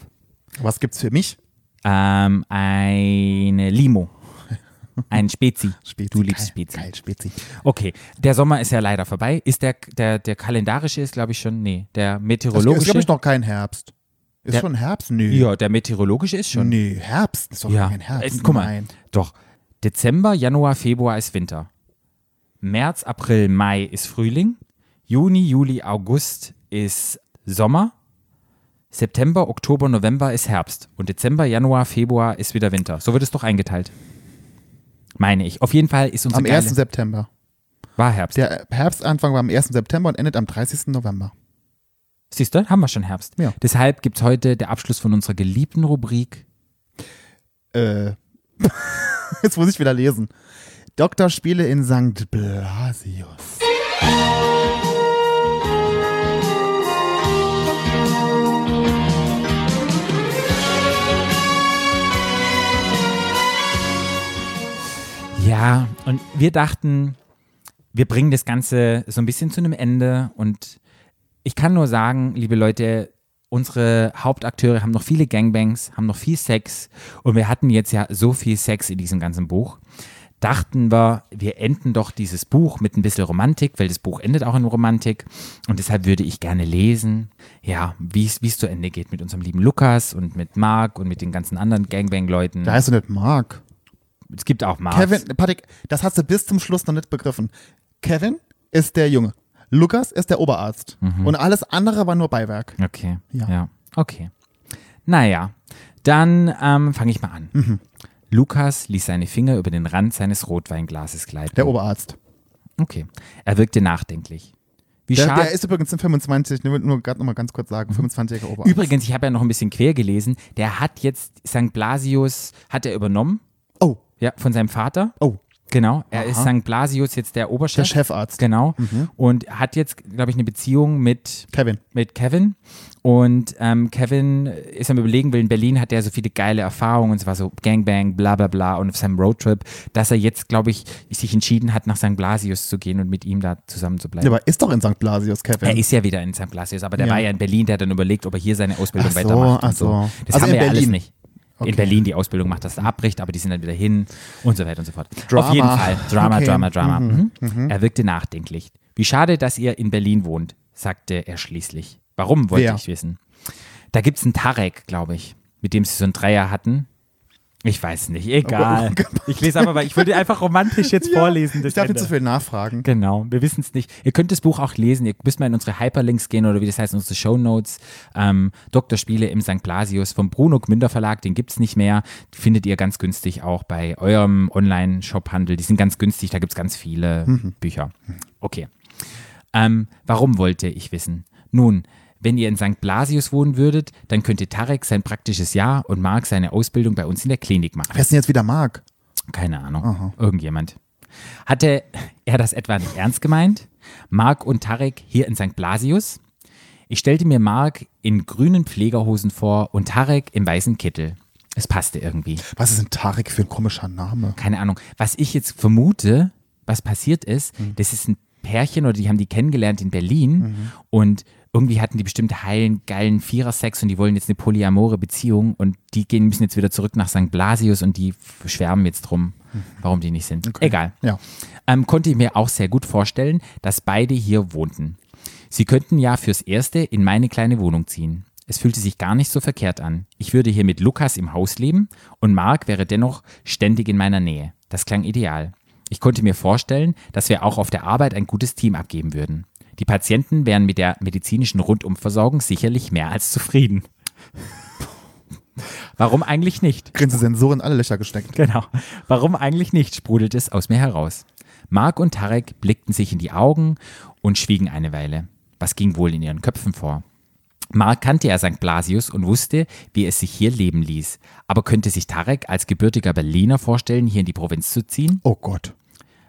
[SPEAKER 1] Was gibt's für mich?
[SPEAKER 3] Ähm, eine Limo. Ein Spezi.
[SPEAKER 1] Spezi.
[SPEAKER 3] Du liebst
[SPEAKER 1] Geil,
[SPEAKER 3] Spezi.
[SPEAKER 1] Geil, Spezi.
[SPEAKER 3] Okay, der Sommer ist ja leider vorbei. Ist der, der, der kalendarische ist, glaube ich, schon, nee, der meteorologische.
[SPEAKER 1] Ist, glaube ich, noch kein Herbst. Ist
[SPEAKER 3] Der-
[SPEAKER 1] schon Herbst? Nö.
[SPEAKER 3] ja, der meteorologische ist schon.
[SPEAKER 1] Nö, Herbst. Ist doch
[SPEAKER 3] ja,
[SPEAKER 1] kein Herbst.
[SPEAKER 3] Äh, guck mal,
[SPEAKER 1] Oh, Nein.
[SPEAKER 3] doch. Dezember, Januar, Februar ist Winter. März, April, Mai ist Frühling. Juni, Juli, August ist Sommer. September, Oktober, November ist Herbst. Und Dezember, Januar, Februar ist wieder Winter. So wird es doch eingeteilt. Meine ich. Auf jeden Fall ist unsere
[SPEAKER 1] Am 1.
[SPEAKER 3] geile,
[SPEAKER 1] September.
[SPEAKER 3] war Herbst.
[SPEAKER 1] Der Herbstanfang war am 1. September und endet am 30. November.
[SPEAKER 3] Siehst du, haben wir schon Herbst.
[SPEAKER 1] Ja.
[SPEAKER 3] Deshalb gibt es heute der Abschluss von unserer geliebten Rubrik.
[SPEAKER 1] Äh. Jetzt muss ich wieder lesen. Doktorspiele in St. Blasius.
[SPEAKER 3] Ja, und wir dachten, wir bringen das Ganze so ein bisschen zu einem Ende. Und ich kann nur sagen, liebe Leute, unsere Hauptakteure haben noch viele Gangbangs, haben noch viel Sex. Und wir hatten jetzt ja so viel Sex in diesem ganzen Buch. Dachten wir, wir enden doch dieses Buch mit ein bisschen Romantik, weil das Buch endet auch in Romantik. Und deshalb würde ich gerne lesen, ja, wie es wie es zu Ende geht mit unserem lieben Lukas und mit Marc und mit den ganzen anderen Gangbang-Leuten.
[SPEAKER 1] Da heißt du nicht Mark.
[SPEAKER 3] Es gibt auch Marc.
[SPEAKER 1] Kevin, Patrick, das hast du bis zum Schluss noch nicht begriffen. Kevin ist der Junge. Lukas ist der Oberarzt.
[SPEAKER 3] Mhm.
[SPEAKER 1] Und alles andere war nur Beiwerk.
[SPEAKER 3] Okay.
[SPEAKER 1] Ja.
[SPEAKER 3] Ja. Okay. Naja, dann ähm, fange ich mal an.
[SPEAKER 1] Mhm.
[SPEAKER 3] Lukas ließ seine Finger über den Rand seines Rotweinglases gleiten.
[SPEAKER 1] Der Oberarzt.
[SPEAKER 3] okay. Er wirkte nachdenklich. Wie
[SPEAKER 1] Der,
[SPEAKER 3] schade. Mhm.
[SPEAKER 1] der ist übrigens ein 25, nur, nur gerade nochmal ganz kurz sagen, 25-jähriger Oberarzt.
[SPEAKER 3] Übrigens, ich habe ja noch ein bisschen quer gelesen. Der hat jetzt St. Blasius hat er übernommen,
[SPEAKER 1] Oh,
[SPEAKER 3] ja, von seinem Vater.
[SPEAKER 1] oh,
[SPEAKER 3] Genau. Er ist St. Blasius jetzt der Oberchef.
[SPEAKER 1] der Mhm. Chefarzt.
[SPEAKER 3] Genau. Und hat jetzt, glaube ich, eine Beziehung mit
[SPEAKER 1] Kevin.
[SPEAKER 3] mit Kevin. Und ähm, Kevin ist am überlegen, weil in Berlin hat er so viele geile Erfahrungen, es war so Gangbang, bla bla bla und auf seinem Roadtrip, dass er jetzt, glaube ich, sich entschieden hat, nach St. Blasius zu gehen und mit ihm da zusammen zu bleiben.
[SPEAKER 1] Ja, aber ist doch in St. Blasius, Kevin.
[SPEAKER 3] er ist ja wieder in St. Blasius, aber der
[SPEAKER 1] Ja.
[SPEAKER 3] war ja in Berlin, der hat dann überlegt, ob er hier seine Ausbildung
[SPEAKER 1] Ach so,
[SPEAKER 3] weitermacht.
[SPEAKER 1] ach
[SPEAKER 3] und so.
[SPEAKER 1] so.
[SPEAKER 3] Das
[SPEAKER 1] Also
[SPEAKER 3] haben
[SPEAKER 1] in
[SPEAKER 3] wir ja alles
[SPEAKER 1] Berlin.
[SPEAKER 3] nicht.
[SPEAKER 1] Okay.
[SPEAKER 3] In Berlin die Ausbildung macht, dass er abbricht, aber die sind dann wieder hin und so weiter und so fort.
[SPEAKER 1] Drama.
[SPEAKER 3] Auf jeden Fall. Drama,
[SPEAKER 1] Okay.
[SPEAKER 3] Drama, Drama. Mhm. Er wirkte nachdenklich. Wie schade, dass ihr in Berlin wohnt, sagte er schließlich. Warum, wollte
[SPEAKER 1] Wer?
[SPEAKER 3] ich wissen. Da gibt es einen Tarek, glaube ich, mit dem sie so einen Dreier hatten. Ich weiß nicht, egal.
[SPEAKER 1] Oh,
[SPEAKER 4] Ich lese aber, weil ich würde einfach romantisch jetzt vorlesen. Das
[SPEAKER 1] ich darf
[SPEAKER 4] Ende.
[SPEAKER 1] nicht zu viel nachfragen.
[SPEAKER 3] Genau, wir wissen es nicht. Ihr könnt das Buch auch lesen. Ihr müsst mal in unsere Hyperlinks gehen oder wie das heißt, unsere Shownotes. Ähm, Doktorspiele im St. Blasius vom Bruno Gmünder Verlag, den gibt's nicht mehr. Die findet ihr ganz günstig auch bei eurem Online-Shop-Handel. Die sind ganz günstig, da gibt's ganz viele Bücher. Okay. Ähm, warum wollte ich wissen? Nun, wenn ihr in St. Blasius wohnen würdet, dann könnte Tarek sein praktisches Jahr und Marc seine Ausbildung bei uns in der Klinik machen.
[SPEAKER 1] Wer ist denn jetzt wieder Mark?
[SPEAKER 3] Keine Ahnung. Irgendjemand. Hatte er das etwa nicht ernst gemeint? Mark und Tarek hier in St. Blasius? Ich stellte mir Mark in grünen Pflegerhosen vor und Tarek im weißen Kittel. Es passte irgendwie.
[SPEAKER 1] Was ist denn Tarek für ein komischer Name?
[SPEAKER 3] Keine Ahnung. Was ich jetzt vermute, was passiert ist, das ist ein Pärchen oder die haben die kennengelernt in Berlin und irgendwie hatten die bestimmt heilen, geilen Vierer-Sex und die wollen jetzt eine polyamore Beziehung und die gehen, müssen jetzt wieder zurück nach St. Blasius und die schwärmen jetzt drum, warum die nicht sind. Egal
[SPEAKER 1] Ja.
[SPEAKER 3] ähm, konnte ich mir auch sehr gut vorstellen, dass beide hier wohnten. Sie könnten ja fürs Erste in meine kleine Wohnung ziehen. Es fühlte sich gar nicht so verkehrt an. Ich würde hier mit Lukas im Haus leben und Marc wäre dennoch ständig in meiner Nähe. Das klang ideal. Ich konnte mir vorstellen, dass wir auch auf der Arbeit ein gutes Team abgeben würden. Die Patienten wären mit der medizinischen Rundumversorgung sicherlich mehr als zufrieden. Warum eigentlich nicht?
[SPEAKER 1] Grinse Sensoren in alle Löcher gesteckt.
[SPEAKER 3] Genau. Warum eigentlich nicht, sprudelt es aus mir heraus. Mark und Tarek blickten sich in die Augen und schwiegen eine Weile. Was ging wohl in ihren Köpfen vor? Mark kannte ja St. Blasius und wusste, wie es sich hier leben ließ. Aber könnte sich Tarek als gebürtiger Berliner vorstellen, hier in die Provinz zu ziehen?
[SPEAKER 1] Oh Gott.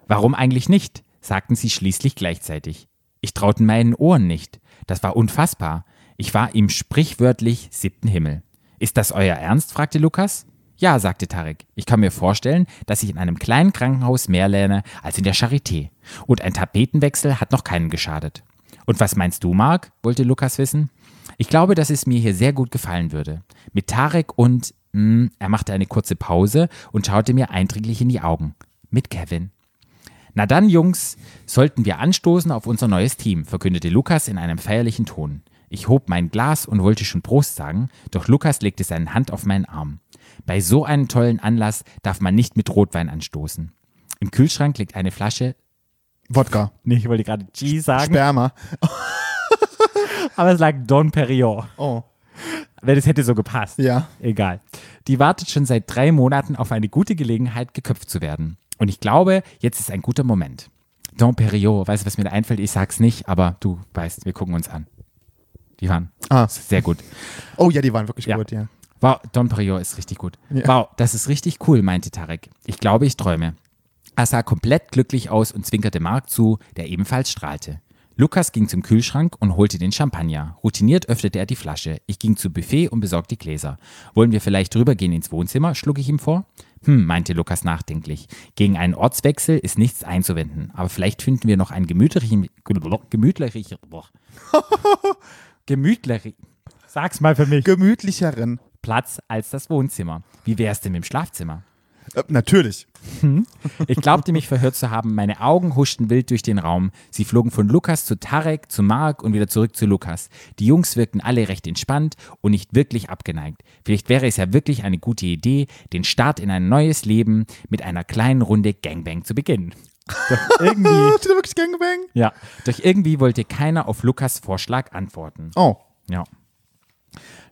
[SPEAKER 3] Warum eigentlich nicht? sagten sie schließlich gleichzeitig. Ich trauten meinen Ohren nicht. Das war unfassbar. Ich war im sprichwörtlich siebten Himmel. Ist das euer Ernst? fragte Lukas. Ja, sagte Tarek. Ich kann mir vorstellen, dass ich in einem kleinen Krankenhaus mehr lerne als in der Charité. Und ein Tapetenwechsel hat noch keinen geschadet. Und was meinst du, Marc? wollte Lukas wissen. Ich glaube, dass es mir hier sehr gut gefallen würde. Mit Tarek und. Mh, er machte eine kurze Pause und schaute mir eindringlich in die Augen. Mit Kevin. Na dann, Jungs, sollten wir anstoßen auf unser neues Team, verkündete Lukas in einem feierlichen Ton. Ich hob mein Glas und wollte schon Prost sagen, doch Lukas legte seine Hand auf meinen Arm. Bei so einem tollen Anlass darf man nicht mit Rotwein anstoßen. Im Kühlschrank liegt eine Flasche.
[SPEAKER 1] Wodka.
[SPEAKER 4] Nee, ich wollte gerade G sagen,
[SPEAKER 1] Sperma.
[SPEAKER 4] aber es lag Don Perignon.
[SPEAKER 1] Oh.
[SPEAKER 4] Wenn es hätte so gepasst.
[SPEAKER 1] Ja.
[SPEAKER 4] Egal.
[SPEAKER 3] Die wartet schon seit drei Monaten auf eine gute Gelegenheit, geköpft zu werden. Und ich glaube, jetzt ist ein guter Moment. Don Perignon, weißt du, was mir da einfällt? Ich sag's nicht, aber du weißt, wir gucken uns an. Die waren
[SPEAKER 1] Ah.
[SPEAKER 3] sehr gut.
[SPEAKER 1] Oh ja, die waren wirklich
[SPEAKER 3] Ja.
[SPEAKER 1] gut, ja.
[SPEAKER 3] Wow, Don Perignon ist richtig gut.
[SPEAKER 1] Ja.
[SPEAKER 3] Wow, das ist richtig cool, meinte Tarek. Ich glaube, ich träume. Er sah komplett glücklich aus und zwinkerte Mark zu, der ebenfalls strahlte. Lukas ging zum Kühlschrank und holte den Champagner. Routiniert öffnete er die Flasche. Ich ging zu Buffet und besorgte Gläser. Wollen wir vielleicht rübergehen ins Wohnzimmer? schlug ich ihm vor. Hm, meinte Lukas nachdenklich. Gegen einen Ortswechsel ist nichts einzuwenden. Aber vielleicht finden wir noch einen gemütlichen, gemütlichen, gemütlichen,
[SPEAKER 4] Sag's mal für mich.
[SPEAKER 1] Gemütlicheren.
[SPEAKER 3] Platz als das Wohnzimmer. Wie wär's denn mit dem Schlafzimmer?
[SPEAKER 1] Äh, natürlich.
[SPEAKER 3] Ich glaubte, mich verhört zu haben. Meine Augen huschten wild durch den Raum. Sie flogen von Lukas zu Tarek, zu Mark und wieder zurück zu Lukas. Die Jungs wirkten alle recht entspannt und nicht wirklich abgeneigt. Vielleicht wäre es ja wirklich eine gute Idee, den Start in ein neues Leben mit einer kleinen Runde Gangbang zu beginnen.
[SPEAKER 4] Irgendwie.
[SPEAKER 1] Hat die da wirklich Gangbang?
[SPEAKER 4] Ja.
[SPEAKER 3] Doch irgendwie wollte keiner auf Lukas Vorschlag antworten.
[SPEAKER 1] Oh.
[SPEAKER 3] Ja.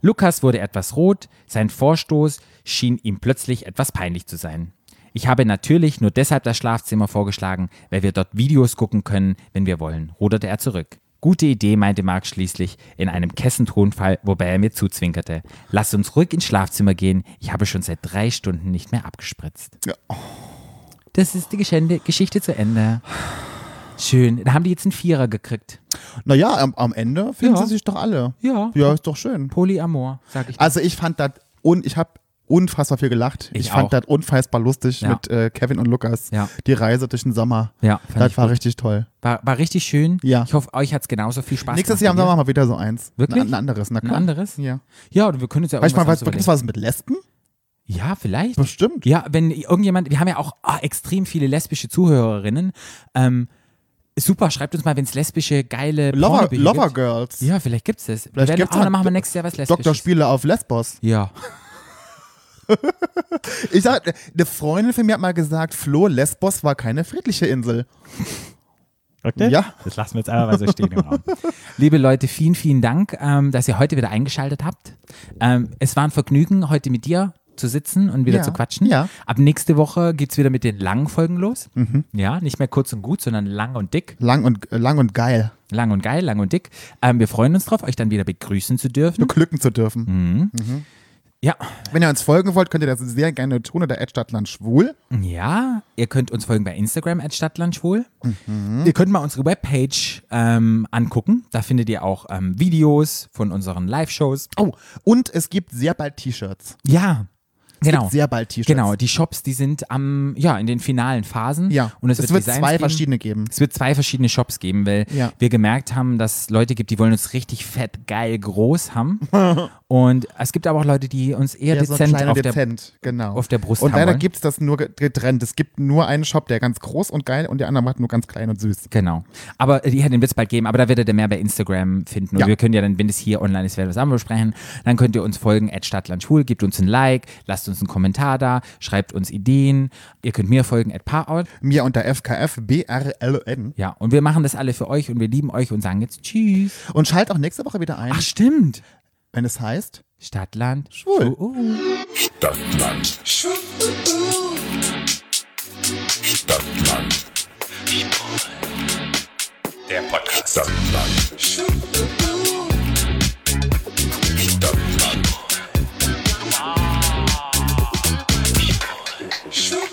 [SPEAKER 3] Lukas wurde etwas rot, sein Vorstoß schien ihm plötzlich etwas peinlich zu sein. Ich habe natürlich nur deshalb das Schlafzimmer vorgeschlagen, weil wir dort Videos gucken können, wenn wir wollen, ruderte er zurück. Gute Idee, meinte Marc schließlich in einem Kessentonfall, wobei er mir zuzwinkerte. Lass uns ruhig ins Schlafzimmer gehen, ich habe schon seit drei Stunden nicht mehr abgespritzt.
[SPEAKER 1] Ja.
[SPEAKER 3] Das ist die Geschende- Geschichte zu Ende. Schön, da haben die jetzt einen Vierer gekriegt.
[SPEAKER 1] Naja, am, am Ende finden
[SPEAKER 3] Ja.
[SPEAKER 1] sie sich doch alle.
[SPEAKER 3] Ja.
[SPEAKER 1] Ja, ist doch schön.
[SPEAKER 3] Polyamor, sag ich.
[SPEAKER 1] Also ich fand das, und ich habe unfassbar viel gelacht.
[SPEAKER 3] Ich auch.
[SPEAKER 1] fand das unfassbar lustig
[SPEAKER 3] Ja.
[SPEAKER 1] mit äh, Kevin und Lukas.
[SPEAKER 3] Ja.
[SPEAKER 1] Die Reise durch den Sommer.
[SPEAKER 3] Ja, fand
[SPEAKER 1] das
[SPEAKER 3] ich
[SPEAKER 1] war richtig toll.
[SPEAKER 3] War, war richtig schön.
[SPEAKER 1] Ja.
[SPEAKER 3] Ich hoffe, euch hat es genauso viel Spaß
[SPEAKER 1] Nächstes Jahr
[SPEAKER 3] gemacht.
[SPEAKER 1] haben wir mal wieder so eins.
[SPEAKER 3] Wirklich?
[SPEAKER 1] Ein, ein anderes, na
[SPEAKER 3] wie
[SPEAKER 1] klar.
[SPEAKER 3] wir. ein anderes.
[SPEAKER 1] Ja.
[SPEAKER 3] Ja, oder wir können uns ja
[SPEAKER 1] Weißt du ne? mal,
[SPEAKER 3] irgendwas
[SPEAKER 1] was,
[SPEAKER 3] anderes
[SPEAKER 1] was war es mit Lesben?
[SPEAKER 3] überlegen. Ja, vielleicht.
[SPEAKER 1] Bestimmt.
[SPEAKER 3] Ja, wenn irgendjemand, wir haben ja auch ah, extrem viele lesbische Zuhörerinnen. Ähm, super, schreibt uns mal, wenn es lesbische, geile
[SPEAKER 1] Lover,
[SPEAKER 3] Pornobücher
[SPEAKER 1] Lover
[SPEAKER 3] gibt.
[SPEAKER 1] Girls.
[SPEAKER 3] Ja, vielleicht gibt's es.
[SPEAKER 1] Vielleicht
[SPEAKER 3] Wenn-
[SPEAKER 1] gibt's
[SPEAKER 3] ah,
[SPEAKER 1] ja-
[SPEAKER 3] dann machen wir nächstes Jahr was lesbisches.
[SPEAKER 1] Dr. Spiele auf Lesbos.
[SPEAKER 3] Ja.
[SPEAKER 1] Ich sag, eine Freundin von mir hat mal gesagt, Flo, Lesbos war keine friedliche Insel.
[SPEAKER 4] Okay?
[SPEAKER 1] Ja.
[SPEAKER 4] Das lassen wir jetzt einfach mal so stehen im Raum.
[SPEAKER 3] Liebe Leute, vielen, vielen Dank, ähm, dass ihr heute wieder eingeschaltet habt. Ähm, es war ein Vergnügen, heute mit dir zu sitzen und wieder
[SPEAKER 1] Ja,
[SPEAKER 3] zu quatschen.
[SPEAKER 1] ja. Mhm.
[SPEAKER 3] Ab nächste Woche geht's wieder mit den langen Folgen los. Ja, nicht mehr kurz und gut, sondern lang und dick.
[SPEAKER 1] Lang und, äh, lang und geil.
[SPEAKER 3] Lang und geil, lang und dick. Ähm, wir freuen uns drauf, euch dann wieder begrüßen zu dürfen.
[SPEAKER 1] Beglücken zu dürfen.
[SPEAKER 3] Ja.
[SPEAKER 1] Wenn ihr uns folgen wollt, könnt ihr das sehr gerne tun unter Stadtland schwul.
[SPEAKER 3] Ja, ihr könnt uns folgen bei Instagram at Stadtlandschwul.
[SPEAKER 1] Mhm.
[SPEAKER 3] Ihr könnt mal unsere Webpage ähm, angucken. Da findet ihr auch ähm, Videos von unseren Live-Shows.
[SPEAKER 1] Oh, und es gibt sehr bald T-Shirts.
[SPEAKER 3] Ja. Genau.
[SPEAKER 1] Gibt sehr bald T-Shirts.
[SPEAKER 3] Genau, die Shops, die sind am, ja, in den finalen Phasen.
[SPEAKER 1] Ja.
[SPEAKER 3] und es,
[SPEAKER 1] es
[SPEAKER 3] wird,
[SPEAKER 1] wird
[SPEAKER 3] Designs
[SPEAKER 1] zwei
[SPEAKER 3] geben.
[SPEAKER 1] verschiedene geben.
[SPEAKER 3] Es wird zwei verschiedene Shops geben, weil
[SPEAKER 1] Ja.
[SPEAKER 3] wir gemerkt haben, dass Leute gibt, die wollen uns richtig fett, geil, groß haben. und es gibt aber auch Leute, die uns eher
[SPEAKER 1] Ja, so ein
[SPEAKER 3] dezent
[SPEAKER 1] kleiner
[SPEAKER 3] auf der
[SPEAKER 1] dezent, genau.
[SPEAKER 3] auf der Brust
[SPEAKER 1] Und
[SPEAKER 3] haben
[SPEAKER 1] leider
[SPEAKER 3] wollen.
[SPEAKER 1] gibt es das nur ge- getrennt. Es gibt nur einen Shop, der ganz groß und geil und der andere macht nur ganz klein und süß.
[SPEAKER 3] Genau. Aber äh, ja, den wird es bald geben, aber da werdet ihr mehr bei Instagram finden. Und
[SPEAKER 1] Ja.
[SPEAKER 3] wir können ja dann, wenn es hier online ist, werden wir es einmal besprechen. Dann könnt ihr uns folgen, at Stadtlandschwul, gebt uns ein Like, lasst uns einen Kommentar da, schreibt uns Ideen. Ihr könnt mir folgen, at Parout.
[SPEAKER 1] Mir unter FKF BRLN.
[SPEAKER 3] Ja, und wir machen das alle für euch und wir lieben euch und sagen jetzt Tschüss.
[SPEAKER 1] Und schalt auch nächste Woche wieder ein,
[SPEAKER 3] Ach, stimmt.
[SPEAKER 1] wenn es heißt.
[SPEAKER 3] Stadtland. Oh.
[SPEAKER 1] Schwul.
[SPEAKER 2] Stadtland Stadtland Der Podcast Stadtland Stadt,